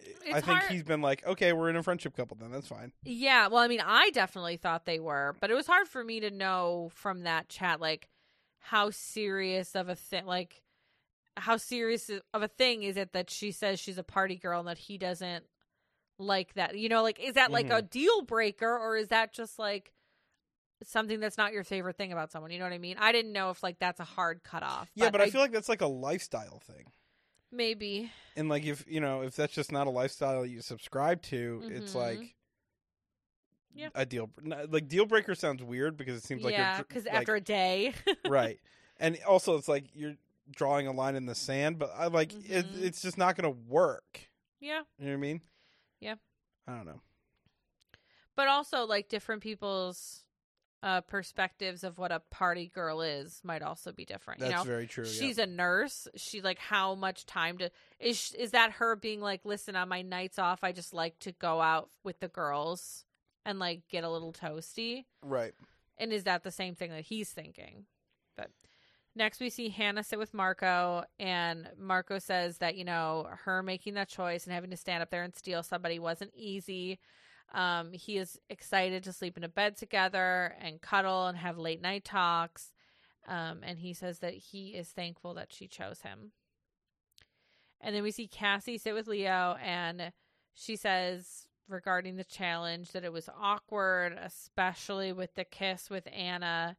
A: eh, I
B: It's
A: think
B: hard-
A: he's been like, Okay, we're in a friendship couple. Then that's fine.
B: Yeah, well, I mean, I definitely thought they were, but it was hard for me to know from that chat like how serious of a thing like how serious of a thing is it that she says she's a party girl and that he doesn't like that. You know, like is that like a
A: Mm-hmm.
B: deal breaker or is that just like something that's not your favorite thing about someone? You know what I mean? I didn't know if like that's a hard cutoff.
A: Yeah, but I feel like that's like a lifestyle thing.
B: maybe
A: and like if you know if that's just not a lifestyle you subscribe to it's
B: Mhm.
A: like
B: Yeah.
A: a deal n- like deal breaker sounds weird because it seems like
B: yeah,
A: you're dr-
B: because
A: like-
B: [laughs] after a day,
A: right and also it's like you're drawing a line in the sand but i like it,
B: Mhm.
A: it's just not gonna work
B: yeah.
A: you know what i mean
B: Yeah.
A: i don't know
B: but also like different people's uh perspectives of what a party girl is might also be different
A: that's
B: you know
A: very true
B: she's a nurse she like how much time to is sh- is that her being like listen on my nights off i just like to go out with the girls and like get a little toasty
A: yeah. right
B: and is that the same thing that he's thinking but next we see hannah sit with marco and marco says that you know her making that choice and having to stand up there and steal somebody wasn't easy um, he is excited to sleep in a bed together and cuddle and have late night talks um, and he says that he is thankful that she chose him and then we see cassie sit with leo and she says regarding the challenge that it was awkward, especially with the kiss with Anna,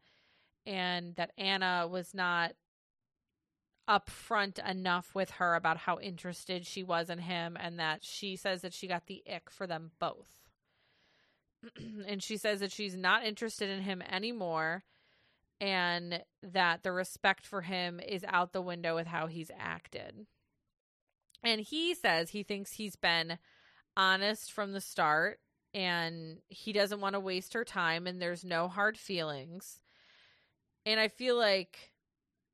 B: and that Anna was not upfront enough with her about how interested she was in him, and that she says that she got the ick for them both. [clears throat] and she says that she's not interested in him anymore. And that the respect for him is out the window with how he's acted. And he says he thinks he's been honest from the start and he doesn't want to waste her time and there's no hard feelings. And I feel like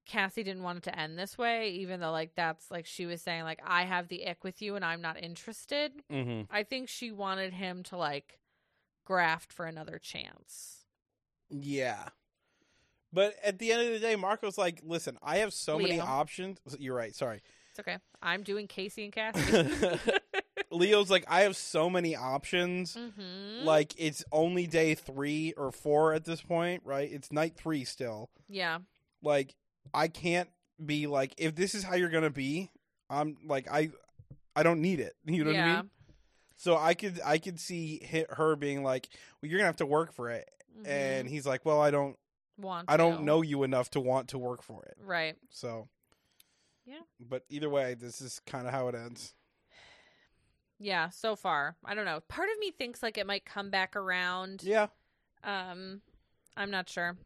B: Cassie didn't want it to end this way, even though like that's like she was saying, like, I have the ick with you and I'm not interested.
A: mm-hmm.
B: I think she wanted him to like graft for another chance.
A: yeah but at the end of the day marco's like listen i have so many
B: Leo.
A: options you're right sorry
B: [laughs]
A: [laughs]
B: It's okay. I'm doing Casey and Cassie.
A: leo's like i have so many options
B: hmm
A: like it's only day three or four at this point right it's night three still
B: yeah.
A: like i can't be like if this is how you're gonna be i'm like i i don't need it [laughs] you know what
B: yeah.
A: i mean so i could i could see hit her being like well you're gonna have to work for it and he's like well i don't
B: Mhm. Mm-hmm. want
A: i don't
B: to.
A: know you enough to want to work for it
B: Right.
A: so
B: Yeah.
A: but either way this is kind of how it ends
B: Yeah, so far. I don't know. Part of me thinks like it might come back around.
A: yeah
B: Um I'm not sure.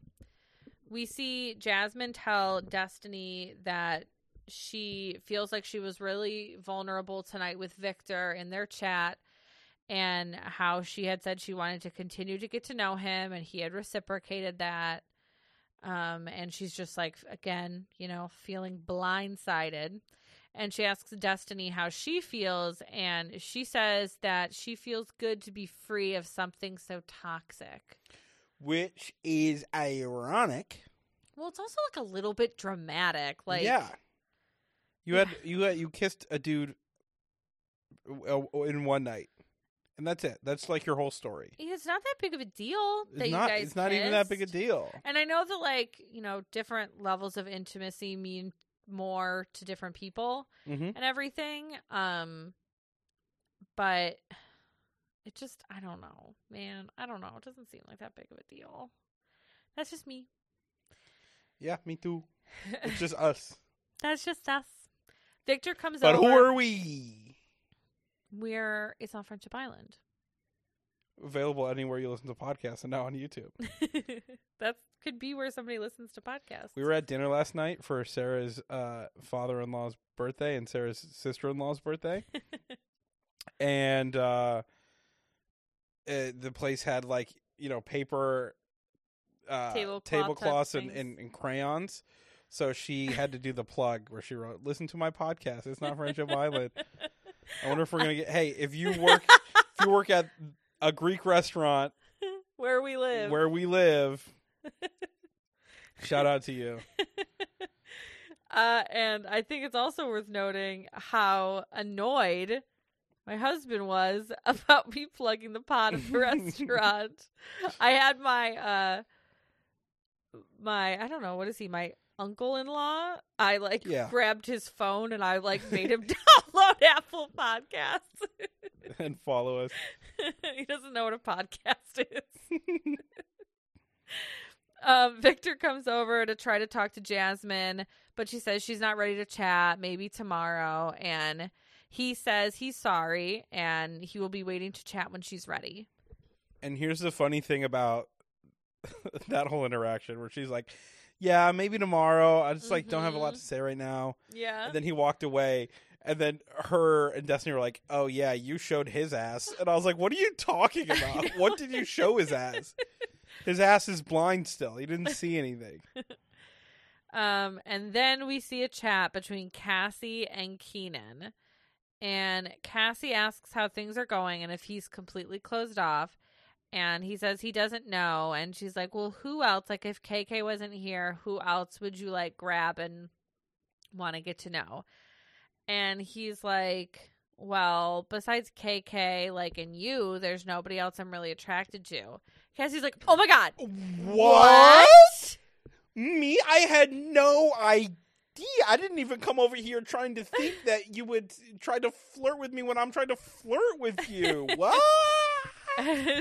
B: We see Jasmine tell Destiny that she feels like she was really vulnerable tonight with Victor in their chat and how she had said she wanted to continue to get to know him and he had reciprocated that um and she's just like again you know feeling blindsided and she asks destiny how she feels and she says that she feels good to be free of something so toxic
A: Which is ironic.
B: well it's also like a little bit dramatic like
A: yeah. You
B: Yeah.
A: had you had, you kissed a dude uh, in one night. And that's it. That's like your whole story.
B: it's not that big of a deal that
A: It's
B: you
A: not
B: guys
A: it's not even that big a
B: kissed.
A: deal.
B: And I know that like, you know, different levels of intimacy mean more to different people
A: Mhm.
B: and everything. Um but it just I don't know, man. I don't know. It doesn't seem like that big of a deal. That's just me.
A: Yeah, me too. It's
B: [laughs]
A: just us.
B: That's just us. Victor comes
A: but
B: over.
A: who are we?
B: We're it's on Friendship Island. [laughs]
A: Available anywhere you listen to podcasts and now on YouTube.
B: that could be where somebody listens to podcasts.
A: We were at dinner last night for Sarah's uh, father in law's birthday and Sarah's sister in law's birthday.
B: [laughs]
A: and uh, uh, the place had like, you know, paper uh,
B: Tablecloth type
A: tablecloths and,
B: things.
A: and, and crayons. So she had to do the plug where she wrote, Listen to my podcast. It's not Friendship Island. I wonder if we're going to get, hey, if you work, if you work at a Greek restaurant
B: [laughs] where we [laughs] live.
A: where we
B: [laughs]
A: live, shout out to you.
B: Uh, and I think it's also worth noting how annoyed my husband was [laughs] about me plugging the pot
A: [laughs]
B: at the restaurant. I had my uh my I don't know what is he my uncle in law. I like
A: Yeah.
B: grabbed his phone and I like
A: [laughs]
B: made him [laughs] download Apple Podcasts.
A: and follow us.
B: [laughs] he doesn't know what a podcast is. [laughs] um, Victor comes over to try to talk to Jasmine, but she says she's not ready to chat, maybe tomorrow. And he says he's sorry and he will be waiting to chat when she's ready.
A: And here's the funny thing about [laughs] that whole interaction where she's like, "Yeah, maybe tomorrow. I just like don't have a lot
B: Mhm.
A: to say right now."
B: Yeah.
A: And then he walked away, and then her and Destiny were like, "Oh yeah, you showed his ass." And I was like, "What are you talking
B: [laughs] I
A: about?
B: know.
A: What did you show his
B: [laughs]
A: ass? His ass is blind still. He didn't see anything."
B: Um, and then we see a chat between Cassie and Keenan. And Cassie asks how things are going and if he's completely closed off. And he says he doesn't know. And she's like, Well, who else? Like, if KK wasn't here, who else would you like grab and want to get to know? And he's like, Well, besides KK, like, and you, there's nobody else I'm really attracted to. Cassie's like, Oh my God.
A: What? Me? I had no idea. I didn't even come over here trying to think that you would try to flirt with me when I'm trying to flirt with
B: [laughs]
A: you. What?
B: [laughs]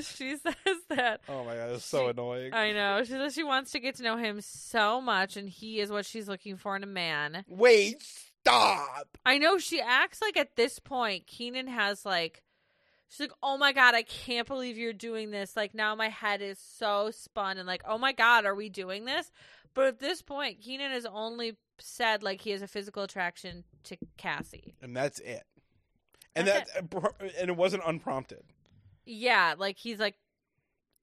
B: she says that
A: Oh my god, that's so
B: She-
A: annoying.
B: I know. She says she wants to get to know him so much, and he is what she's looking for in a man.
A: Wait, stop.
B: I know she acts like at this point, Keenan has like, she's like, oh my God, I can't believe you're doing this. Like, now my head is so spun, and like, oh my God, are we doing this? But at this point, Keenan has only said like he has a physical attraction to Cassie.
A: And that's it. And
B: That's
A: that uh, and it wasn't unprompted.
B: Yeah, like he's like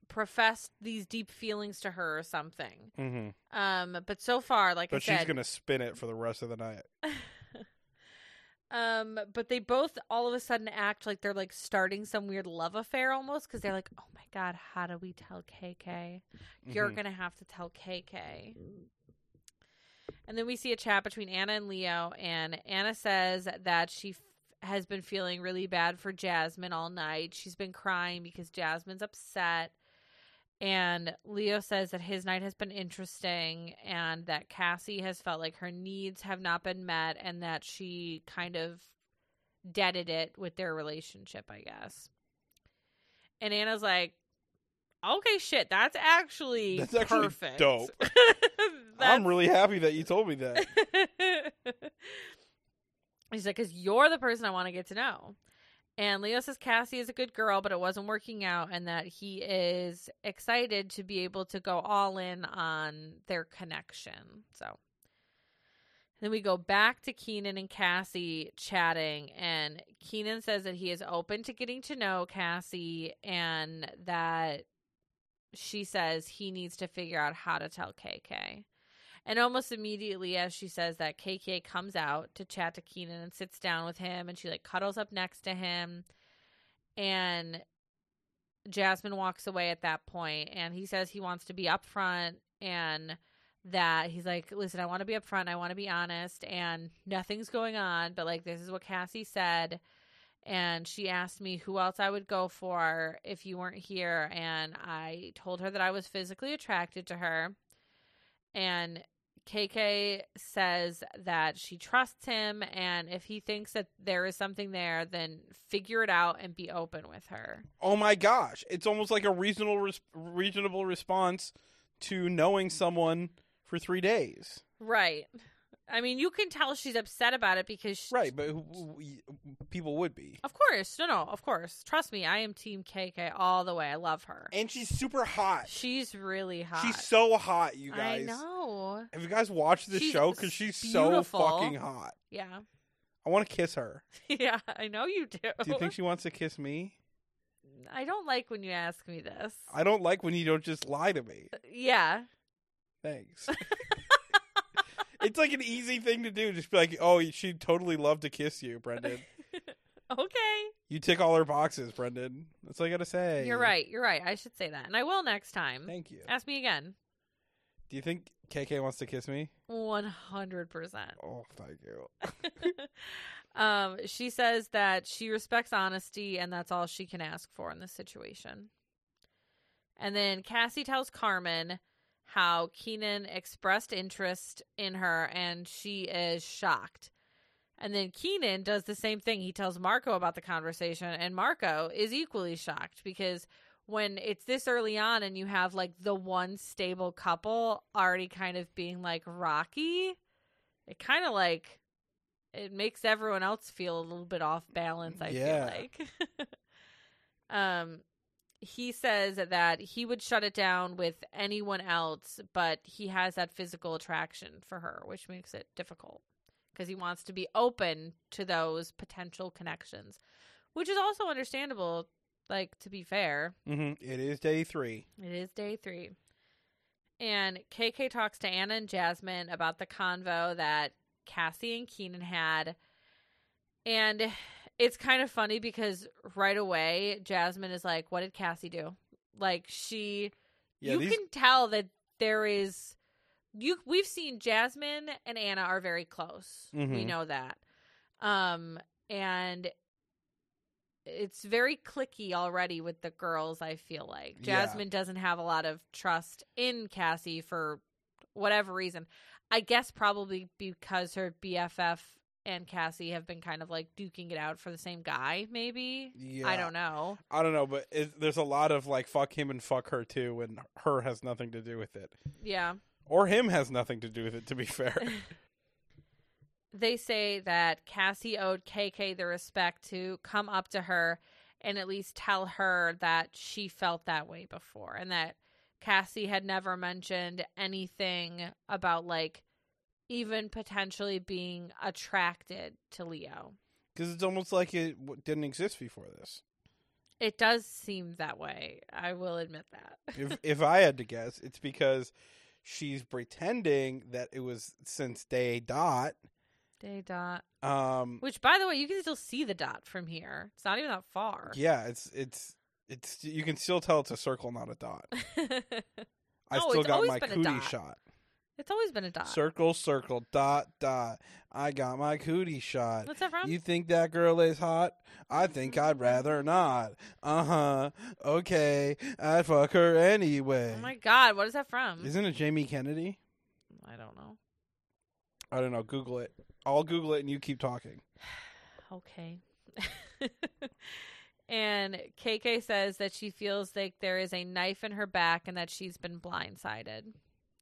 B: professed these deep feelings to her or something.
A: Mm-hmm.
B: Um, but so far, like I
A: But
B: said,
A: she's gonna spin it for the rest of the night.
B: um, but they both all of a sudden act like they're like starting some weird love affair almost because they're like, oh my god, how do we tell KK? You're
A: Mhm.
B: gonna have to tell KK. And then we see a chat between Anna and Leo, and Anna says that she f- has been feeling really bad for Jasmine all night. She's been crying because Jasmine's upset. And Leo says that his night has been interesting and that Cassie has felt like her needs have not been met and that she kind of deaded it with their relationship, I guess. And Anna's like, okay, shit, that's actually,
A: That's actually
B: perfect.
A: dope.
B: [laughs] That's-
A: I'm really happy that you told me
B: [laughs]
A: that.
B: He's like, because you're the person I want to get to know. And Leo says Cassie is a good girl, but it wasn't working out, and that he is excited to be able to go all in on their connection. So then we go back to Keenan and Cassie chatting, and Keenan says that he is open to getting to know Cassie and that she says he needs to figure out how to tell KK. And almost immediately, as she says that, KK comes out to chat to Keenan and sits down with him, and she like cuddles up next to him. And Jasmine walks away at that point, and he says he wants to be upfront and that he's like, listen, I want to be upfront, I want to be honest, and nothing's going on, but like, this is what Cassie said. And she asked me who else I would go for if you weren't here. And I told her that I was physically attracted to her. And KK says that she trusts him. And if he thinks that there is something there, then figure it out and be open with her.
A: Oh my gosh, it's almost like a reasonable res- reasonable response to knowing someone for 3 days.
B: Right. I mean, you can tell she's upset about it because she,
A: Right, but who- who- we- people would be.
B: Of course. No, no, of course. Trust me, I am Team KK all the way. I love her.
A: And she's super hot.
B: She's really hot.
A: She's so hot, you
B: I
A: guys.
B: know.
A: Have you guys watched this
B: She's
A: show? Because she's
B: beautiful.
A: so fucking hot.
B: Yeah. [laughs]
A: I want to kiss her.
B: Yeah, I know you do.
A: Do you
B: [laughs]
A: think she wants to kiss me?
B: I don't like when you ask me this.
A: I don't like when you don't just lie to me.
B: yeah. [laughs]
A: Thanks. it's like an easy thing to do. Just be like, oh, she'd totally love to kiss you, Brendan.
B: Okay.
A: You tick all her boxes, Brendan. That's all I gotta say.
B: You're right. You're right. I should say that. And I will next time.
A: Thank you.
B: Ask me again.
A: Do you think KK wants to kiss me?
B: 100%.
A: Oh, thank you.
B: um, she says that she respects honesty and that's all she can ask for in this situation. And then Cassie tells Carmen how Keenan expressed interest in her and she is shocked. And then Keenan does the same thing. He tells Marco about the conversation, and Marco is equally shocked because when it's this early on and you have like the one stable couple already kind of being like rocky, it kind of like it makes everyone else feel a little bit off balance, I
A: Yeah.
B: feel like. [laughs] um he says that he would shut it down with anyone else, but he has that physical attraction for her, which makes it difficult because he wants to be open to those potential connections, which is also understandable. Like, to be fair,
A: Mhm. It is day three.
B: it is day three. And KK talks to Anna and Jasmine about the convo that Cassie and Keenan had. And it's kind of funny because right away, Jasmine is like, What did Cassie do? Like, she
A: Yeah,
B: you
A: these
B: can tell that there is you we've seen Jasmine and Anna are very close. We
A: Mhm.
B: know that. Um and it's very clicky already with the girls, I feel like.
A: Yeah.
B: Jasmine doesn't have a lot of trust in Cassie for whatever reason. I guess probably because her BFF and Cassie have been kind of like duking it out for the same guy, maybe.
A: yeah.
B: I don't know.
A: I don't know, but it, there's a lot of like fuck him and fuck her too, and her has nothing to do with it,
B: Yeah.
A: or him has nothing to do with it. To be [laughs]
B: [laughs]
A: fair,
B: they say that Cassie owed KK the respect to come up to her and at least tell her that she felt that way before and that Cassie had never mentioned anything about like even potentially being attracted to Leo.
A: because it's almost like it w- didn't exist before this.
B: It does seem that way. I will admit that. [laughs]
A: If if I had to guess, it's because she's pretending that it was since day dot.
B: Day dot.
A: Um,
B: Which by the way, you can still see the dot from here. It's not even that far.
A: yeah, it's it's it's you can still tell it's a circle, not a
B: [laughs]
A: dot. I
B: No,
A: still
B: Oh, it's
A: got
B: always
A: my
B: been a
A: cootie
B: dot.
A: shot.
B: [laughs] it's always been a dot.
A: Circle, circle, dot, dot. I got my cootie shot.
B: What's that from?
A: You think that girl is hot? I think I'd rather not. Uh huh. Okay. I'd fuck her anyway.
B: Oh my god, what is that from?
A: Isn't it Jamie Kennedy?
B: I don't know.
A: I don't know. Google it. I'll Google it and you keep talking.
B: Okay. [laughs] and KK says that she feels like there is a knife in her back and that she's been blindsided.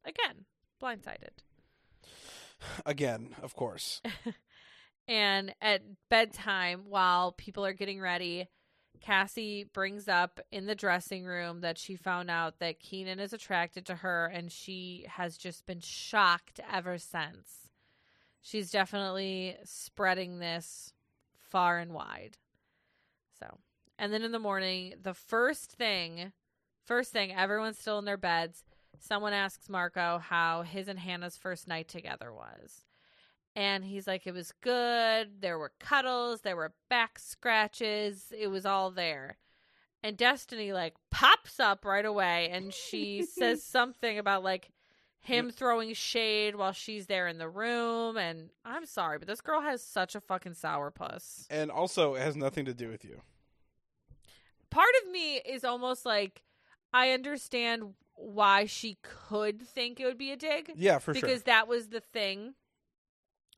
B: Again, blindsided.
A: Again, of
B: [laughs]
A: course.
B: And at bedtime, while people are getting ready, Cassie brings up in the dressing room that she found out that Keenan is attracted to her and she has just been shocked ever since. she's definitely spreading this far and wide. So, and then in the morning, the first thing, first thing, everyone's still in their beds. Someone asks Marco how his and Hannah's first night together was. And he's like, it was good. There were cuddles, there were back scratches, it was all there. And Destiny like pops up right away and
A: [laughs]
B: she says something about like him throwing shade while she's there in the room. And I'm sorry, but this girl has such a fucking sour puss.
A: And also, it has nothing to do with you.
B: Part of me is almost like I understand why she could think it would be a dig
A: Yeah, for
B: because
A: sure.
B: that was the thing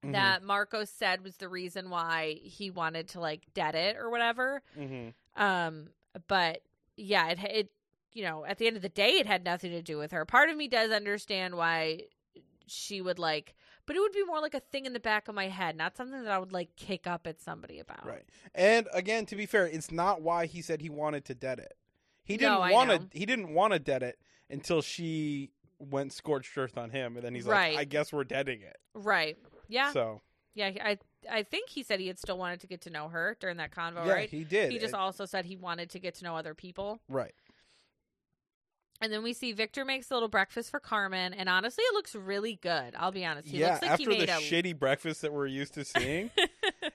A: Mhm,
B: that Marco said was the reason why he wanted to like dead it or whatever.
A: mhm.
B: Um, but yeah, it it you know at the end of the day, it had nothing to do with her. Part of me does understand why she would like, but it would be more like a thing in the back of my head, not something that I would like kick up at somebody about.
A: Right. And again, to be fair, it's not why he said he wanted to dead it. He didn't
B: No, I
A: want
B: know.
A: to. He didn't want to dead it until she went scorched earth on him, and then he's
B: Right.
A: like, "I guess we're deading it."
B: Right. Yeah.
A: So
B: yeah. I I think he said he had still wanted to get to know her during that convo.
A: yeah,
B: right.
A: he did.
B: he just
A: It-
B: also said he wanted to get to know other people.
A: right.
B: And then we see Victor makes a little breakfast for Carmen, and honestly, it looks really good. I'll be honest. He
A: yeah.
B: looks like
A: after
B: he made
A: the
B: a
A: shitty breakfast that we're used to
B: [laughs]
A: seeing,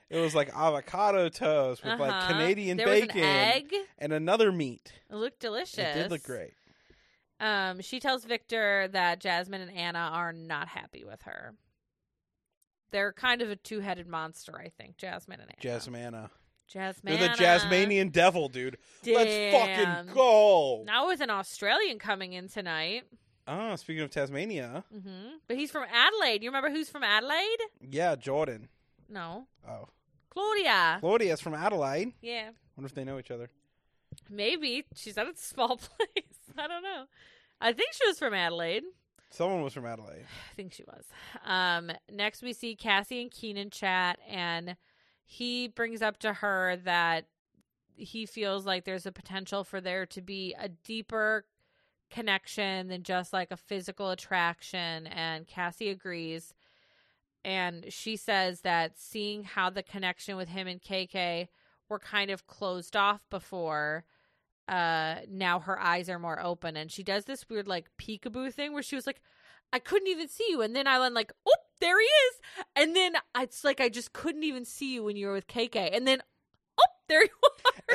A: it was like avocado toast with like
B: Uh-huh.
A: Canadian
B: there
A: bacon
B: was an egg.
A: and another meat.
B: It looked delicious.
A: It did look great.
B: Um, she tells Victor that Jasmine and Anna are not happy with her. They're kind of a two-headed monster, I think. Jasmine and Anna.
A: Jasmana.
B: Jasmine.
A: They're the Jasmanian devil, dude.
B: uh, Damn.
A: Let's fucking go.
B: Now with an Australian coming in tonight.
A: Ah, speaking of Tasmania,
B: hmm But he's from Adelaide. You remember who's from Adelaide?
A: yeah, Jordan.
B: No,
A: Oh,
B: Claudia.
A: Claudia's from Adelaide.
B: yeah.
A: Wonder if they know each other.
B: Maybe she's at a [laughs] small place. I don't know. I think she was from Adelaide.
A: Someone was from Adelaide.
B: [sighs] I think she was. Um, next, we see Cassie and Keenan chat, and he brings up to her that he feels like there's a potential for there to be a deeper connection than just like a physical attraction. And Cassie agrees. And she says that seeing how the connection with him and KK were kind of closed off before, uh, now her eyes are more open. And she does this weird like peekaboo thing where she was like, I couldn't even see you. And then I went like, oh, there he is. And then it's like I just couldn't even see you when you were with KK. And then, oh, there you are. [laughs]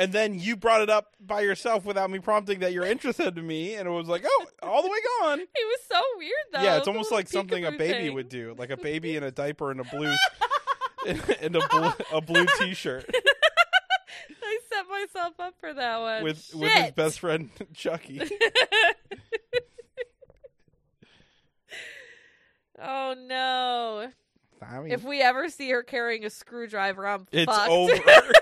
A: And then you brought it up by yourself without me prompting that you're interested in me, and it was like, oh, all the way gone.
B: It was so weird though.
A: yeah,
B: It
A: it's
B: was a
A: almost
B: little
A: like something a
B: peekaboo
A: baby
B: thing.
A: would do, like a baby
B: [laughs]
A: in a diaper and a blue and a blue a blue
B: [laughs]
A: t-shirt
B: I set myself up for that one.
A: with with his
B: Shit.
A: best friend [laughs] Chucky.
B: oh no!
A: I mean,
B: If we ever see her carrying a screwdriver, I'm
A: it's
B: fucked. [laughs]
A: over.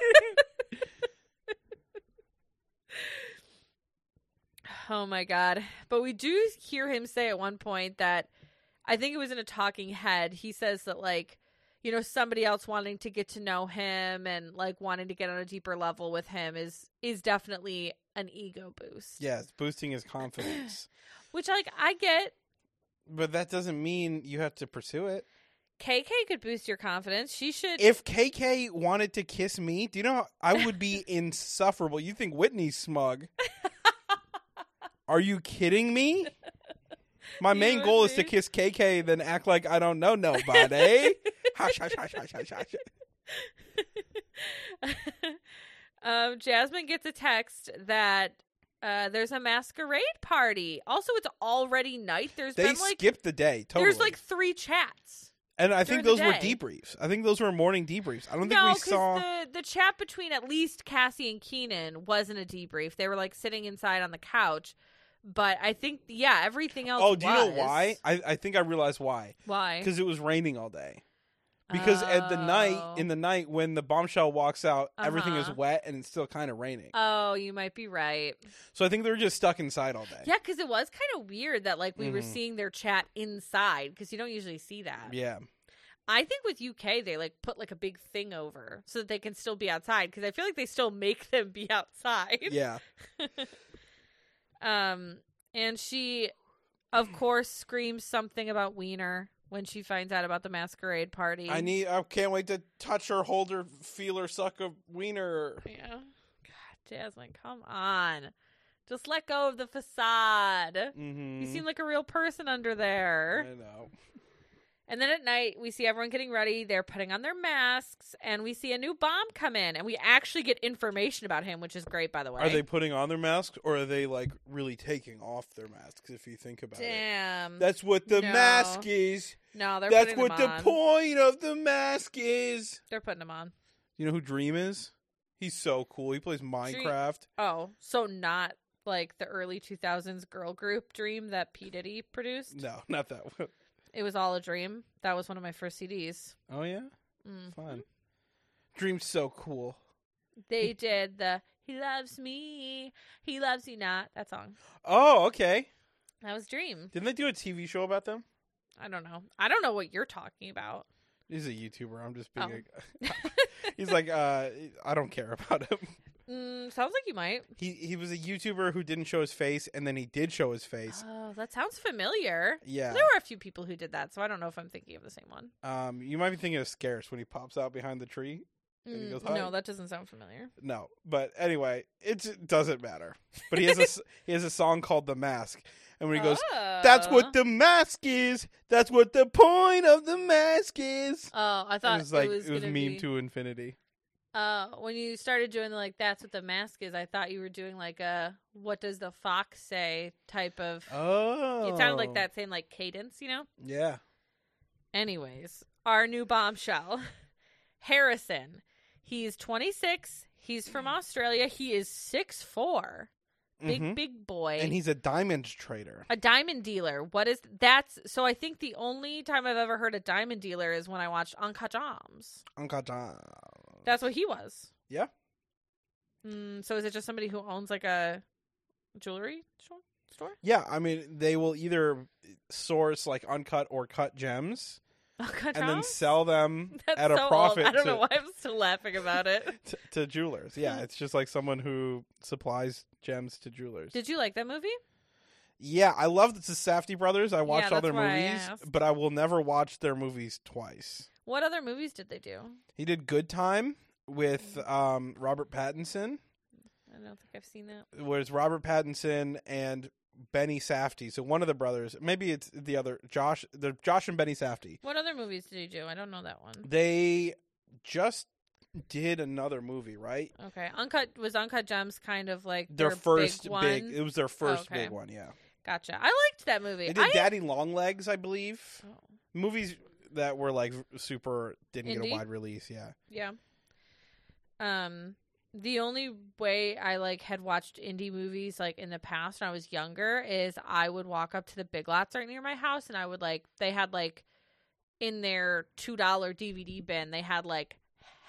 B: Oh my god. But we do hear him say at one point that I think it was in a talking head. He says that like, you know, somebody else wanting to get to know him and like wanting to get on a deeper level with him is is definitely an ego boost.
A: yeah, it's boosting his confidence.
B: Which like I get
A: But that doesn't mean you have to pursue it.
B: KK could boost your confidence. She should
A: If KK wanted to kiss me, do you know how I would
B: [laughs]
A: be insufferable? You think Whitney's smug? Are you kidding me? My
B: You
A: main
B: would
A: goal is to
B: be.
A: kiss KK, then act like I don't know
B: [laughs]
A: nobody. hush, hush, hush, hush, hush, hush.
B: um, Jasmine gets a text that uh, there's a masquerade party. Also, it's already night. There's
A: They
B: been like
A: skipped the day totally.
B: there's like three chats.
A: and I think those
B: during the
A: were
B: day.
A: debriefs. I think those were morning debriefs. I don't think
B: no,
A: we
B: because
A: saw.
B: the the chat between at least Cassie and Keenan wasn't a debrief. They were like sitting inside on the couch. But I think yeah, everything else.
A: Oh, do you know
B: was.
A: why? I, I think I realized why.
B: Why?
A: Because it was raining all day. Because at the night,
B: Oh.
A: in the night when the bombshell walks out, everything is
B: Uh-huh.
A: wet and it's still kind of raining.
B: Oh, you might be right.
A: So I think they were just stuck inside all day.
B: Yeah, because it was kind of weird that like we were
A: Mhm.
B: seeing their chat inside because you don't usually see that.
A: Yeah.
B: I think with UK they like put like a big thing over so that they can still be outside because I feel like they still make them be outside.
A: Yeah. [clears throat]
B: Um, and she, of course, screams something about Wiener. when she finds out about the masquerade party.
A: I need. I can't wait to touch her, hold her, feel her, suck a wiener.
B: Yeah. God, Jasmine, come on. Just let go of the facade.
A: Mm-hmm.
B: You seem like a real person under there.
A: I know.
B: And then at night, we see everyone getting ready. They're putting on their masks, and we see a new bomb come in, and we actually get information about him, which is great, by the way.
A: Are they putting on their masks, or are they like really taking off their masks? If you think about it,
B: Damn.
A: that's what the
B: No.
A: mask is.
B: no, they're
A: that's
B: putting
A: what
B: them
A: the
B: on.
A: point of the mask is.
B: They're putting them on.
A: You know who Dream is? He's so cool. He plays Minecraft.
B: Oh, so not like the early 2000s girl group Dream that P. Diddy produced?
A: No, not that one.
B: [laughs] It was all a dream. That was one of my first CDs.
A: Oh yeah,
B: Mm.
A: fun. Mm-hmm. Dream's so cool. [laughs]
B: They did the He Loves Me, He Loves You Not, that song.
A: Oh, okay.
B: That was Dream.
A: Didn't they do a TV show about them?
B: I don't know. I don't know what you're talking about.
A: He's a YouTuber. I'm just being.
B: Oh.
A: A, [laughs] he's like, uh, I don't care about him.
B: Mm, sounds like you might.
A: He he was a YouTuber who didn't show his face, and then he did show his
B: [gasps]
A: face.
B: Oh, that sounds familiar.
A: Yeah.
B: There were a few people who did that, so I don't know if I'm thinking of the same one.
A: Um, you might be thinking of Scarce when he pops out behind the tree. And he
B: Mm,
A: goes, "Hi."
B: no, that doesn't sound familiar.
A: No, but anyway, it j- doesn't matter. But he has a s- he has a song called "The Mask," and when he goes, "That's
B: Oh.
A: what the mask is. That's what the point of the mask is."
B: Oh, I
A: It
B: thought
A: was like it was,
B: gonna
A: meme
B: be-
A: to infinity.
B: Uh, when you started doing like that's what the mask is, I thought you were doing like a what does the fox say type of.
A: Oh,
B: It sounded like that same like cadence, you know.
A: Yeah.
B: Anyways, our new bombshell, [laughs] Harrison. He's 26. He's from Australia. He is 6'4". Big
A: Mhm.
B: big boy.
A: And he's a diamond trader.
B: a diamond dealer. What is that's so I think the only time I've ever heard a diamond dealer is when I watched Uncut Jams.
A: Uncle John.
B: That's what he was.
A: Yeah.
B: Mm, so is it just somebody who owns like a jewelry sho- store?
A: Yeah, I mean, they will either source like uncut or cut gems
B: [laughs] Uncut
A: and then
B: Jams?
A: sell them
B: [laughs] That's
A: at a
B: so
A: profit
B: old. I don't
A: to,
B: know why I'm still laughing
A: [laughs]
B: about it.
A: to, to jewelers.
B: [laughs]
A: Yeah, it's just like someone who supplies gems to jewelers.
B: Did you like that movie?
A: yeah, I love the Safety brothers. I watched all
B: that's
A: their
B: why I
A: movies,
B: asked.
A: but I will never watch their movies twice.
B: What other movies did they do?
A: He did Good Time with
B: Mm.
A: um, Robert Pattinson,
B: I don't think I've seen that.
A: where it's Robert Pattinson and Benny Safty. So one of the brothers, maybe it's the other Josh, the Josh and Benny Safty.
B: What other movies did he do? I don't know that one.
A: They just did another movie, right?
B: Okay, Uncut was Uncut Gems kind of like
A: Their,
B: their
A: first
B: big,
A: big,
B: one?
A: it was their first
B: Okay.
A: big one, yeah.
B: Gotcha. I liked that movie.
A: They
B: I
A: did Daddy Long Legs, I believe.
B: Oh.
A: Movies that were like super didn't get
B: Indie?
A: a wide release, yeah.
B: Yeah. Um the only way I like had watched indie movies like in the past when I was younger is I would walk up to the big lots right near my house and I would like they had like in their two dollar DVD bin they had like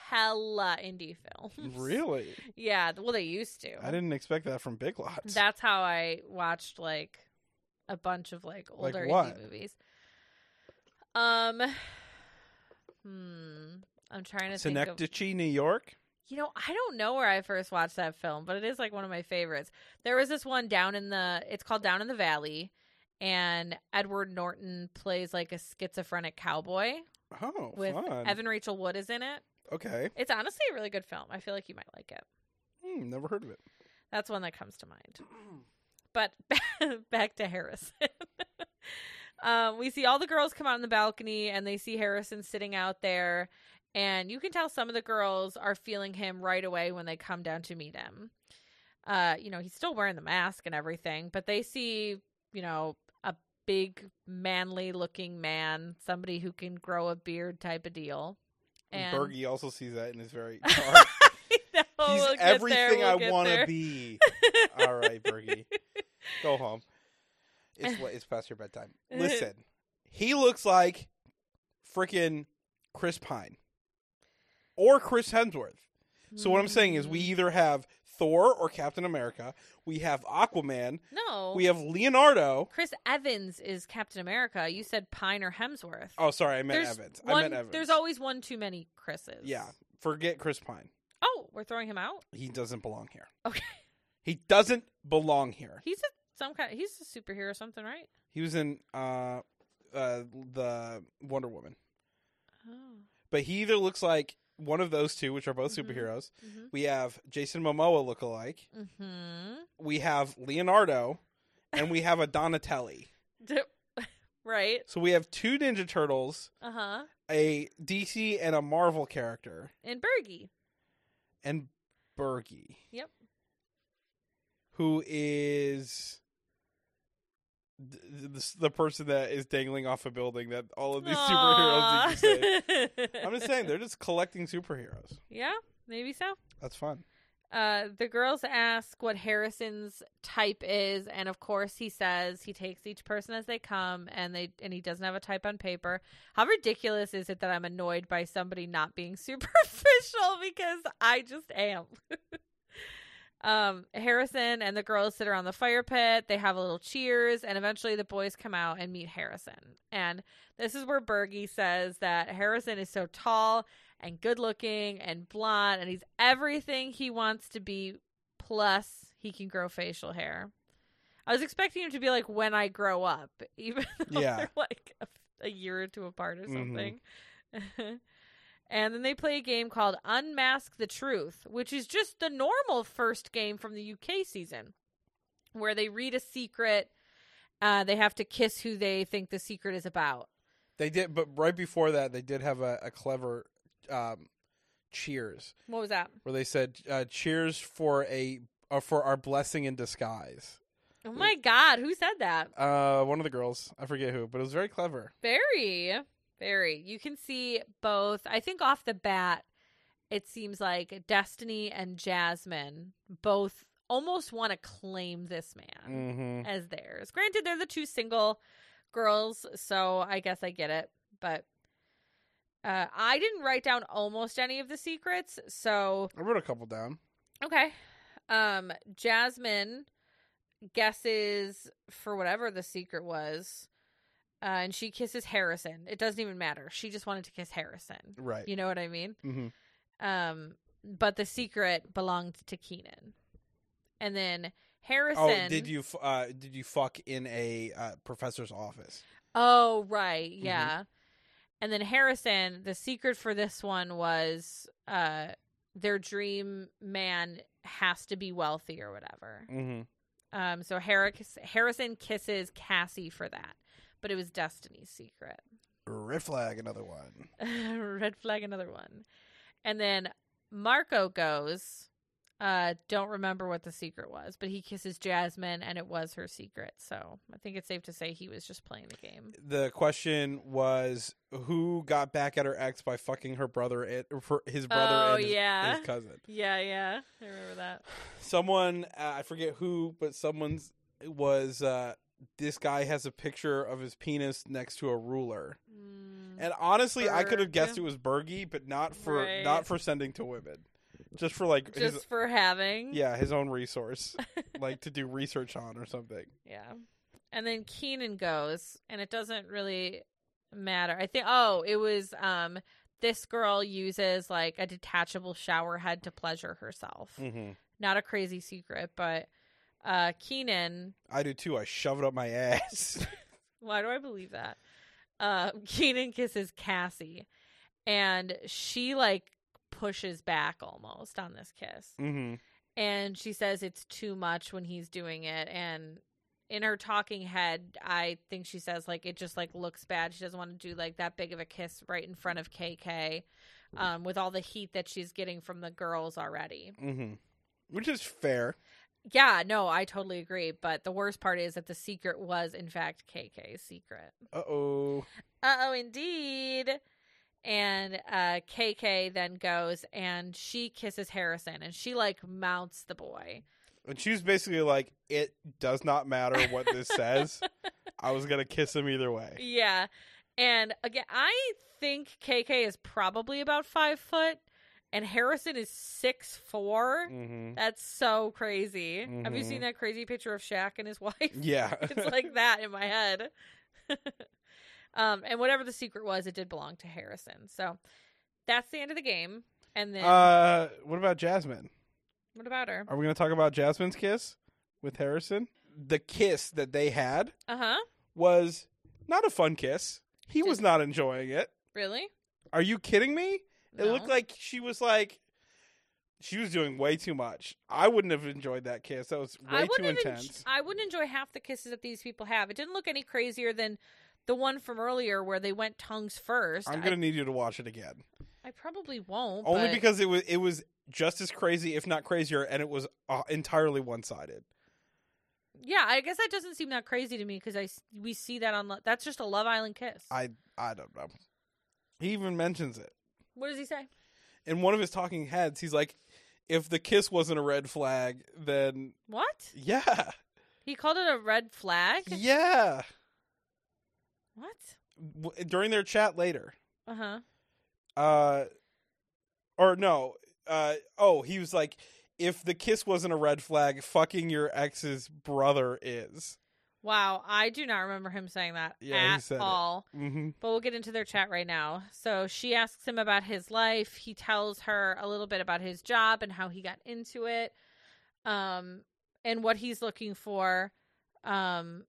B: hella indie films.
A: Really?
B: [laughs] Yeah, well they used to.
A: I didn't expect that from Big Lots.
B: That's how I watched like a bunch of like
A: Like
B: older
A: what?
B: indie movies. Um hmm I'm trying to think of
A: Synecdoche, New York.
B: you know, I don't know where I first watched that film, but it is like one of my favorites. There was this one down in the it's called Down in the Valley and Edward Norton plays like a schizophrenic cowboy
A: Oh,
B: with
A: fun.
B: Evan Rachel Wood is in it.
A: okay.
B: It's honestly a really good film. I feel like you might like it.
A: Hmm, never heard of it.
B: That's one that comes to mind. But [laughs] back to Harrison. [laughs] um, we see all the girls come out on the balcony and they see Harrison sitting out there. And you can tell some of the girls are feeling him right away when they come down to meet him. Uh, you know, he's still wearing the mask and everything, but they see, you know, a big, manly looking man, somebody who can grow a beard type of deal.
A: And
B: And [laughs]
A: Bergie also sees that and is very
B: I know,
A: He's
B: we'll get there,
A: everything
B: we'll
A: I
B: get
A: want to
B: there. [laughs]
A: be. All right, Bergie. Go home. It's wa- it's past your
B: [laughs]
A: bedtime. Listen, he looks like freaking Chris Pine or Chris Hemsworth. So what I'm saying is, we
B: Mm.
A: either have Thor or Captain America. We have Aquaman.
B: [laughs] no,
A: We have Leonardo.
B: Chris Evans is Captain America. You said Pine or Hemsworth.
A: Oh, sorry, I meant
B: There's
A: Evans.
B: One,
A: I meant Evans.
B: There's always one too many Chris's.
A: yeah. Forget Chris Pine.
B: Oh, we're throwing him out.
A: He doesn't belong here.
B: Okay.
A: He doesn't belong here.
B: He's a some kind. He's a superhero or something, right?
A: He was in uh uh, the Wonder Woman.
B: Oh.
A: But he either looks like one of those two, which are both
B: Mhm.
A: superheroes.
B: hmm
A: We have Jason Momoa lookalike.
B: hmm
A: We have Leonardo, and we have a Donatelli.
B: [laughs] right.
A: So we have two Ninja Turtles,
B: Uh huh.
A: a DC and a Marvel character,
B: And Bergie.
A: and Bergie.
B: Yep.
A: Who is th- th- this- the person that is dangling off a building that all of these superheroes need to save?
B: [laughs]
A: I'm just saying they're just collecting superheroes.
B: yeah, maybe so.
A: That's fun.
B: Uh, the girls ask what Harrison's type is, and of course he says he takes each person as they come, and they and he doesn't have a type on paper. How ridiculous is it that I'm annoyed by somebody not being [laughs] superficial because I just am. [laughs] um, Harrison and the girls sit around the fire pit. They have a little cheers, and eventually the boys come out and meet Harrison. And this is where Bergie says that Harrison is so tall and good looking and blonde and he's everything he wants to be plus he can grow facial hair i was expecting him to be like when i grow up [laughs] even
A: [laughs]
B: though
A: Yeah.
B: they're like a, a year or two apart or
A: Mhm.
B: something [laughs] and then they play a game called unmask the truth which is just the normal first game from the uk season where they read a secret uh, they have to kiss who they think the secret is about
A: They did, but right before that, they did have a, a clever um, cheers
B: what was that
A: where they said, uh, "Cheers for a uh, for our blessing in disguise."
B: oh my god who said that
A: Uh, one of the girls, I forget who, but it was very clever.
B: Very, very. You can see both. I think off the bat, it seems like Destiny and Jasmine both almost want to claim this man
A: Mm-hmm.
B: as theirs. Granted, they're the two single girls, so I guess I get it. But uh, I didn't write down almost any of the secrets, so
A: I wrote a couple down.
B: Okay. Um, Jasmine guesses for whatever the secret was, uh, and she kisses Harrison. It doesn't even matter. She just wanted to kiss Harrison.
A: Right.
B: You know what I mean?
A: Mm-hmm.
B: Um, but the secret belonged to Keenan. And then Harrison.
A: Oh, did you f- uh, did you fuck in a uh, professor's office?
B: Oh, right.
A: Mm-hmm.
B: Yeah. And then Harrison, the secret for this one was uh, their dream man has to be wealthy or whatever.
A: Mm-hmm.
B: Um, so Harris, Harrison kisses Cassie for that, but it was Destiny's secret. [laughs]
A: Red flag, another one.
B: Red flag, another one. And then Marco goes. Uh, don't remember what the secret was, but he kisses Jasmine, and it was her secret. So I think it's safe to say he was just playing the game.
A: The question was who got back at her ex by fucking her brother and for his brother
B: Oh,
A: and his,
B: yeah.
A: his cousin.
B: Yeah, yeah, I remember that.
A: Someone uh, I forget who, but someone's was uh, this guy has a picture of his penis next to a ruler.
B: Mm.
A: And honestly, I could have guessed
B: Berg.
A: it was Bergie, but not for
B: Right.
A: not for sending to women, just for like
B: just
A: his
B: for
A: [laughs]
B: having,
A: yeah his own
B: [laughs]
A: resource, like to do research on or something.
B: Yeah. Mm. And then Keenan goes, and it doesn't really matter. I think oh, it was um this girl uses like a detachable shower head to pleasure herself.
A: Mm-hmm.
B: Not a crazy secret, but uh Keenan,
A: I do too. I shove it up my ass. [laughs]
B: why do I believe that? Uh [laughs] Keenan kisses Cassie and she like pushes back almost on this kiss.
A: mm-hmm.
B: and she says it's too much when he's doing it and in her talking head i think she says like it just like looks bad she doesn't want to do like that big of a kiss right in front of kk um, with all the heat that she's getting from the girls already
A: Mm-hmm. Which is fair.
B: yeah no i totally agree but the worst part is that the secret was in fact kk's secret
A: Uh oh.
B: Uh oh, indeed. And uh, KK then goes and she kisses Harrison and she like mounts the boy.
A: And she was basically like, "It does not matter what
B: [laughs]
A: this says. I was gonna kiss him either way."
B: Yeah. And again, I think KK is probably about five foot and Harrison is six four.
A: Mm-hmm.
B: That's so crazy. Have you
A: Mhm.
B: seen that crazy picture of Shaq and his [laughs] wife?
A: Yeah. [laughs]
B: it's like that in my head. [laughs] um, and whatever the secret was, it did belong to Harrison. So that's the end of the game. And then
A: uh, what about Jasmine?
B: what about her?
A: Are we going to talk about Jasmine's kiss with Harrison? The kiss that they had
B: Uh huh.
A: was Not a fun kiss. He was
B: Did-
A: not enjoying it.
B: Really?
A: Are you kidding me? It
B: No.
A: looked like she was like she was doing way too much. I wouldn't have enjoyed that kiss. That was way too
B: wouldn't en-
A: intense.
B: I wouldn't enjoy half the kisses that these people have. It didn't look any crazier than the one from earlier where they went tongues first.
A: I'm gonna need you to watch it again.
B: I, I probably won't.
A: Only
B: but-
A: because it was it was just as crazy, if not crazier, and it was uh, entirely one sided.
B: yeah, I guess that doesn't seem that crazy to me because I s- we see that on Lo- that's just a Love Island kiss.
A: I I don't know. He even mentions it
B: what does he say?
A: in one of his talking heads. He's like, "If the kiss wasn't a red flag, then [laughs]
B: What
A: yeah,
B: he called it a red flag?
A: yeah."
B: What?
A: W- During their chat later,
B: Uh huh.
A: uh or no uh oh he was like if the kiss wasn't a red flag fucking your ex's brother is
B: Wow, I do not remember him saying that
A: Yeah, he
B: at
A: said it.
B: all.
A: mm-hmm
B: But we'll get into their chat right now. So she asks him about his life. He tells her a little bit about his job and how he got into it, um, and what he's looking for. Um,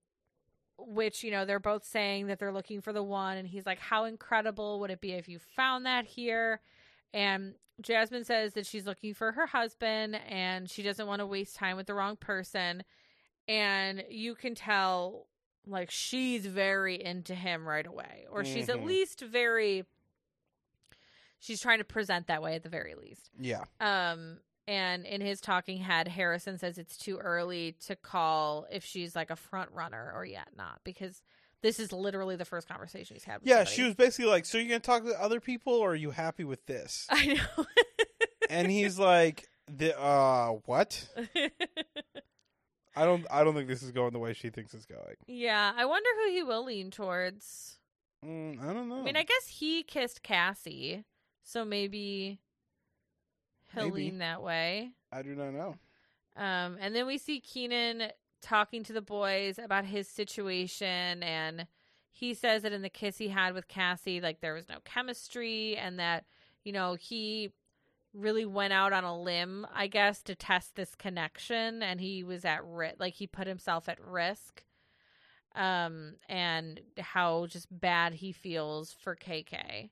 B: which you know they're both saying that they're looking for the one, and he's like, "How incredible would it be if you found that here?" And Jasmine says that she's looking for her husband, and she doesn't want to waste time with the wrong person. And you can tell like she's very into him right away or she's at
A: Mhm.
B: least very she's trying to present that way at the very least
A: yeah
B: um and in his talking head harrison says it's too early to call if she's like a front runner or yet not because this is literally the first conversation he's had with
A: yeah
B: somebody.
A: she was basically like so you're gonna talk to other people or are you happy with this
B: i [laughs] know
A: and he's like the uh what i don't i don't think this is going the way she thinks it's going
B: [laughs] yeah i wonder who he will lean towards
A: mm, i don't know
B: i mean i guess he kissed cassie so maybe he'll
A: Maybe.
B: lean that way
A: I do not know
B: Um, and then we see Keenan talking to the boys about his situation, and he says that in the kiss he had with Cassie, like there was no chemistry, and that you know he really went out on a limb, I guess, to test this connection, and he was at risk, like he put himself at risk, um, and how just bad he feels for KK.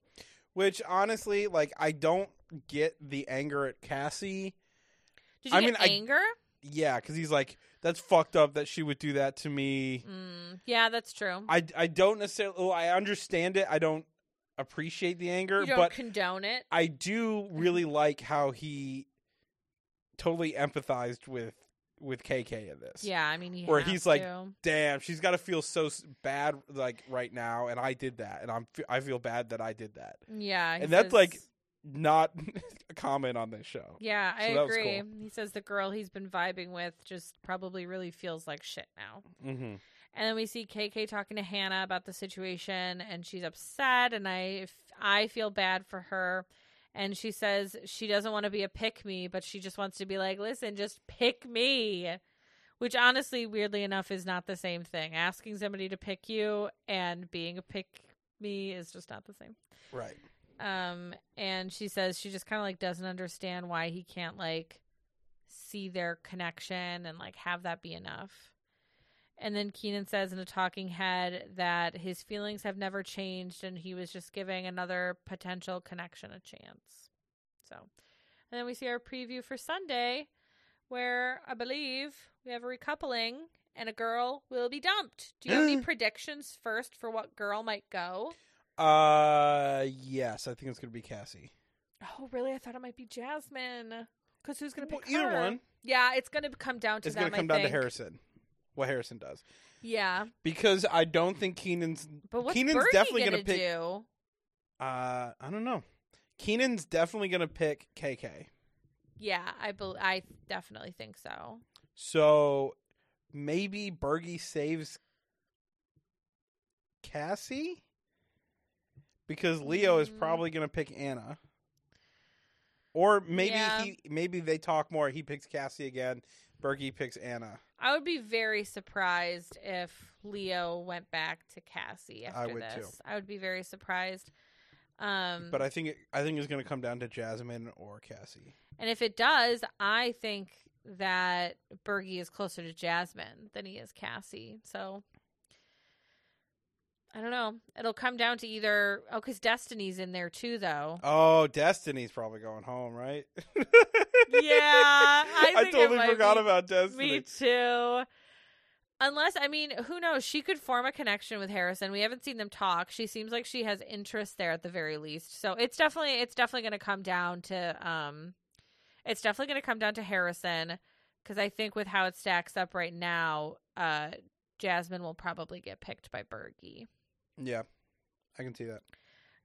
A: which honestly like i don't get the anger at cassie
B: Did you
A: I
B: get
A: mean, I-
B: anger?
A: yeah because he's like that's fucked up that she would do that to me
B: Mm, yeah, that's true.
A: I I don't necessarily. well, I understand it. I don't appreciate the anger,
B: you don't Mm-hmm.
A: but
B: condone it.
A: I do really like how he totally empathized with with KK in this.
B: Yeah, I mean, he
A: Where
B: has
A: he's like,
B: to.
A: Damn, she's got to feel so s- bad like right now, and I did that, and I'm f- I feel bad that I did that.
B: Yeah, he
A: And that's, like,
B: says-
A: Not [laughs] a comment on this show.
B: yeah, I
A: so that was
B: agree. He says the girl he's been vibing with just probably really feels like shit now.
A: Mm-hmm.
B: And then we see KK talking to Hannah about the situation, and she's upset, and I I feel bad for her. And she says she doesn't want to be a pick me, but she just wants to be like, listen, just pick me. Which honestly, weirdly enough, is not the same thing. Asking somebody to pick you and being a pick me is just not the same.
A: Right.
B: um and she says she just kind of like doesn't understand why he can't like see their connection and like have that be enough and then keenan says in a talking head that his feelings have never changed and he was just giving another potential connection a chance so and then we see our preview for sunday where i believe we have a recoupling and a girl will be dumped do you have any predictions first for what girl might go
A: Uh, yes, I think it's gonna be Cassie.
B: Oh, really? I thought it might be Jasmine. Because who's going to
A: Well,
B: pick
A: either
B: her?
A: one.
B: Yeah, it's going to come down to
A: it's
B: them.
A: gonna come
B: I
A: down to
B: think.
A: Harrison. What Harrison does,
B: Yeah,
A: because I don't think Keenan's
B: but what's
A: Keenan's
B: Birdie
A: definitely
B: gonna
A: gonna pick-
B: do?
A: Uh, I don't know. Keenan's definitely gonna pick KK.
B: Yeah, I bel I definitely think so.
A: So maybe Bergie saves Cassie because Leo is
B: Mm.
A: probably gonna pick Anna. Or maybe
B: Yeah.
A: he maybe they talk more. He picks Cassie again. Bergie picks Anna.
B: I would be very surprised if Leo went back to Cassie after
A: would too.
B: this. I would be very surprised. Um,
A: But I think it, I think it's gonna come down to Jasmine or Cassie.
B: and if it does, I think that Bergie is closer to Jasmine than he is Cassie. So I don't know. It'll come down to either oh, because Destiny's in there too, though.
A: Oh, Destiny's probably going home, right? yeah, [laughs]
B: I think it
A: totally
B: might
A: forgot
B: be-
A: about Destiny.
B: Me too. Unless, I mean, who knows? She could form a connection with Harrison. We haven't seen them talk. She seems like she has interest there at the very least. So it's definitely it's definitely going to come down to um, it's definitely going to come down to Harrison because I think with how it stacks up right now, uh, Jasmine will probably get picked by Bergie.
A: Yeah, I can see that.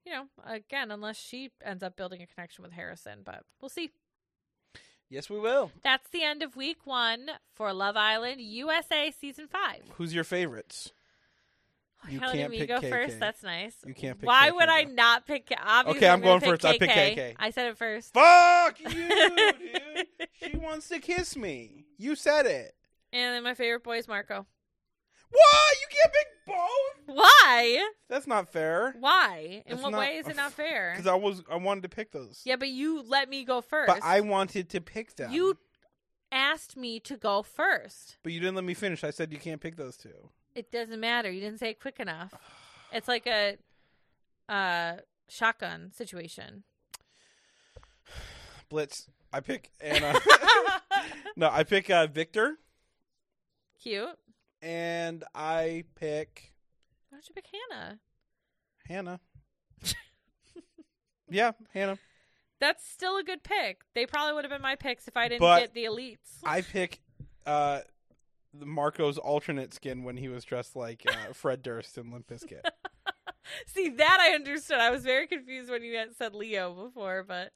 B: You know, again, unless she ends up building a connection with Harrison, but we'll see.
A: Yes, we will.
B: That's the end of week one for Love Island USA season five.
A: Who's your favorites?
B: Oh,
A: You
B: kinda let
A: can't
B: me
A: pick
B: go
A: KK.
B: first. That's nice.
A: You can't pick
B: Why
A: KK,
B: would I
A: though.
B: not pick? Obviously,
A: Okay, I'm
B: gonna
A: going first. I pick KK.
B: I said it first.
A: Fuck you,
B: [laughs]
A: dude. She wants to kiss me. You said it.
B: And then my favorite boy is Marco.
A: Why? You can't pick both?
B: Why?
A: That's not fair.
B: Why? In
A: That's
B: what
A: not-
B: way is it not fair?
A: Because I was I wanted to pick those.
B: yeah, but you let me go first.
A: But I wanted to pick them.
B: you asked me to go first.
A: But you didn't let me finish. I said you can't pick those two.
B: It doesn't matter. You didn't say it quick
A: [sighs]
B: enough. It's like a uh, shotgun situation. [laughs]
A: Blitz. I pick
B: [laughs]
A: Anna. [laughs] no, I pick uh, Victor,
B: Cute.
A: and I pick
B: Why don't you pick Hannah? [laughs]
A: Hannah. yeah, Hannah.
B: That's still a good pick. They probably would have been my picks if I didn't
A: But-
B: get the elites.
A: I pick uh, the Marco's alternate skin when he was dressed like
B: [laughs]
A: uh, Fred Durst in Limp Bizkit.
B: See that I understood. I was very confused when you had said Leo before, but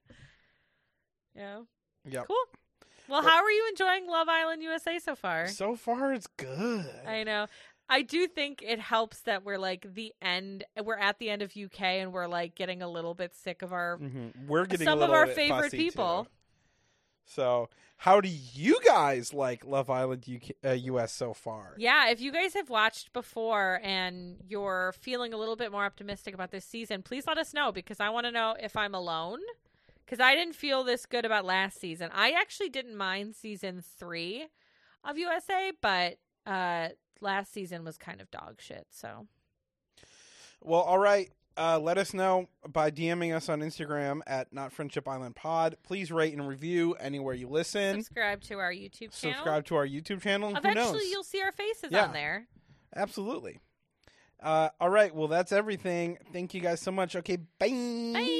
B: yeah,
A: Yep.
B: cool. Well,
A: Well-
B: how are you enjoying Love Island USA so far?
A: So far, it's good.
B: I know. I do think it helps that we're like the end. We're at the end of UK, and we're like getting a little bit sick of our.
A: Mhm. We're getting a
B: Some of
A: little
B: our
A: bit
B: favorite
A: fussy,
B: people.
A: too. So, how do you guys like Love Island UK, uh, US so far?
B: Yeah, if you guys have watched before and you're feeling a little bit more optimistic about this season, please let us know because I want to know if I'm alone. Because I didn't feel this good about last season. I actually didn't mind season three of USA, but uh, last season was kind of dog shit. So
A: Well, all right. Uh, let us know by DMing us on Instagram at Not Friendship Island Pod. Please rate and review anywhere you listen.
B: subscribe to our YouTube channel.
A: Subscribe to our YouTube channel. and Who
B: Eventually,
A: knows?
B: you'll see our faces
A: Yeah.
B: on there.
A: Absolutely. Uh, all right. Well, that's everything. Thank you guys so much. Okay.
B: Bye.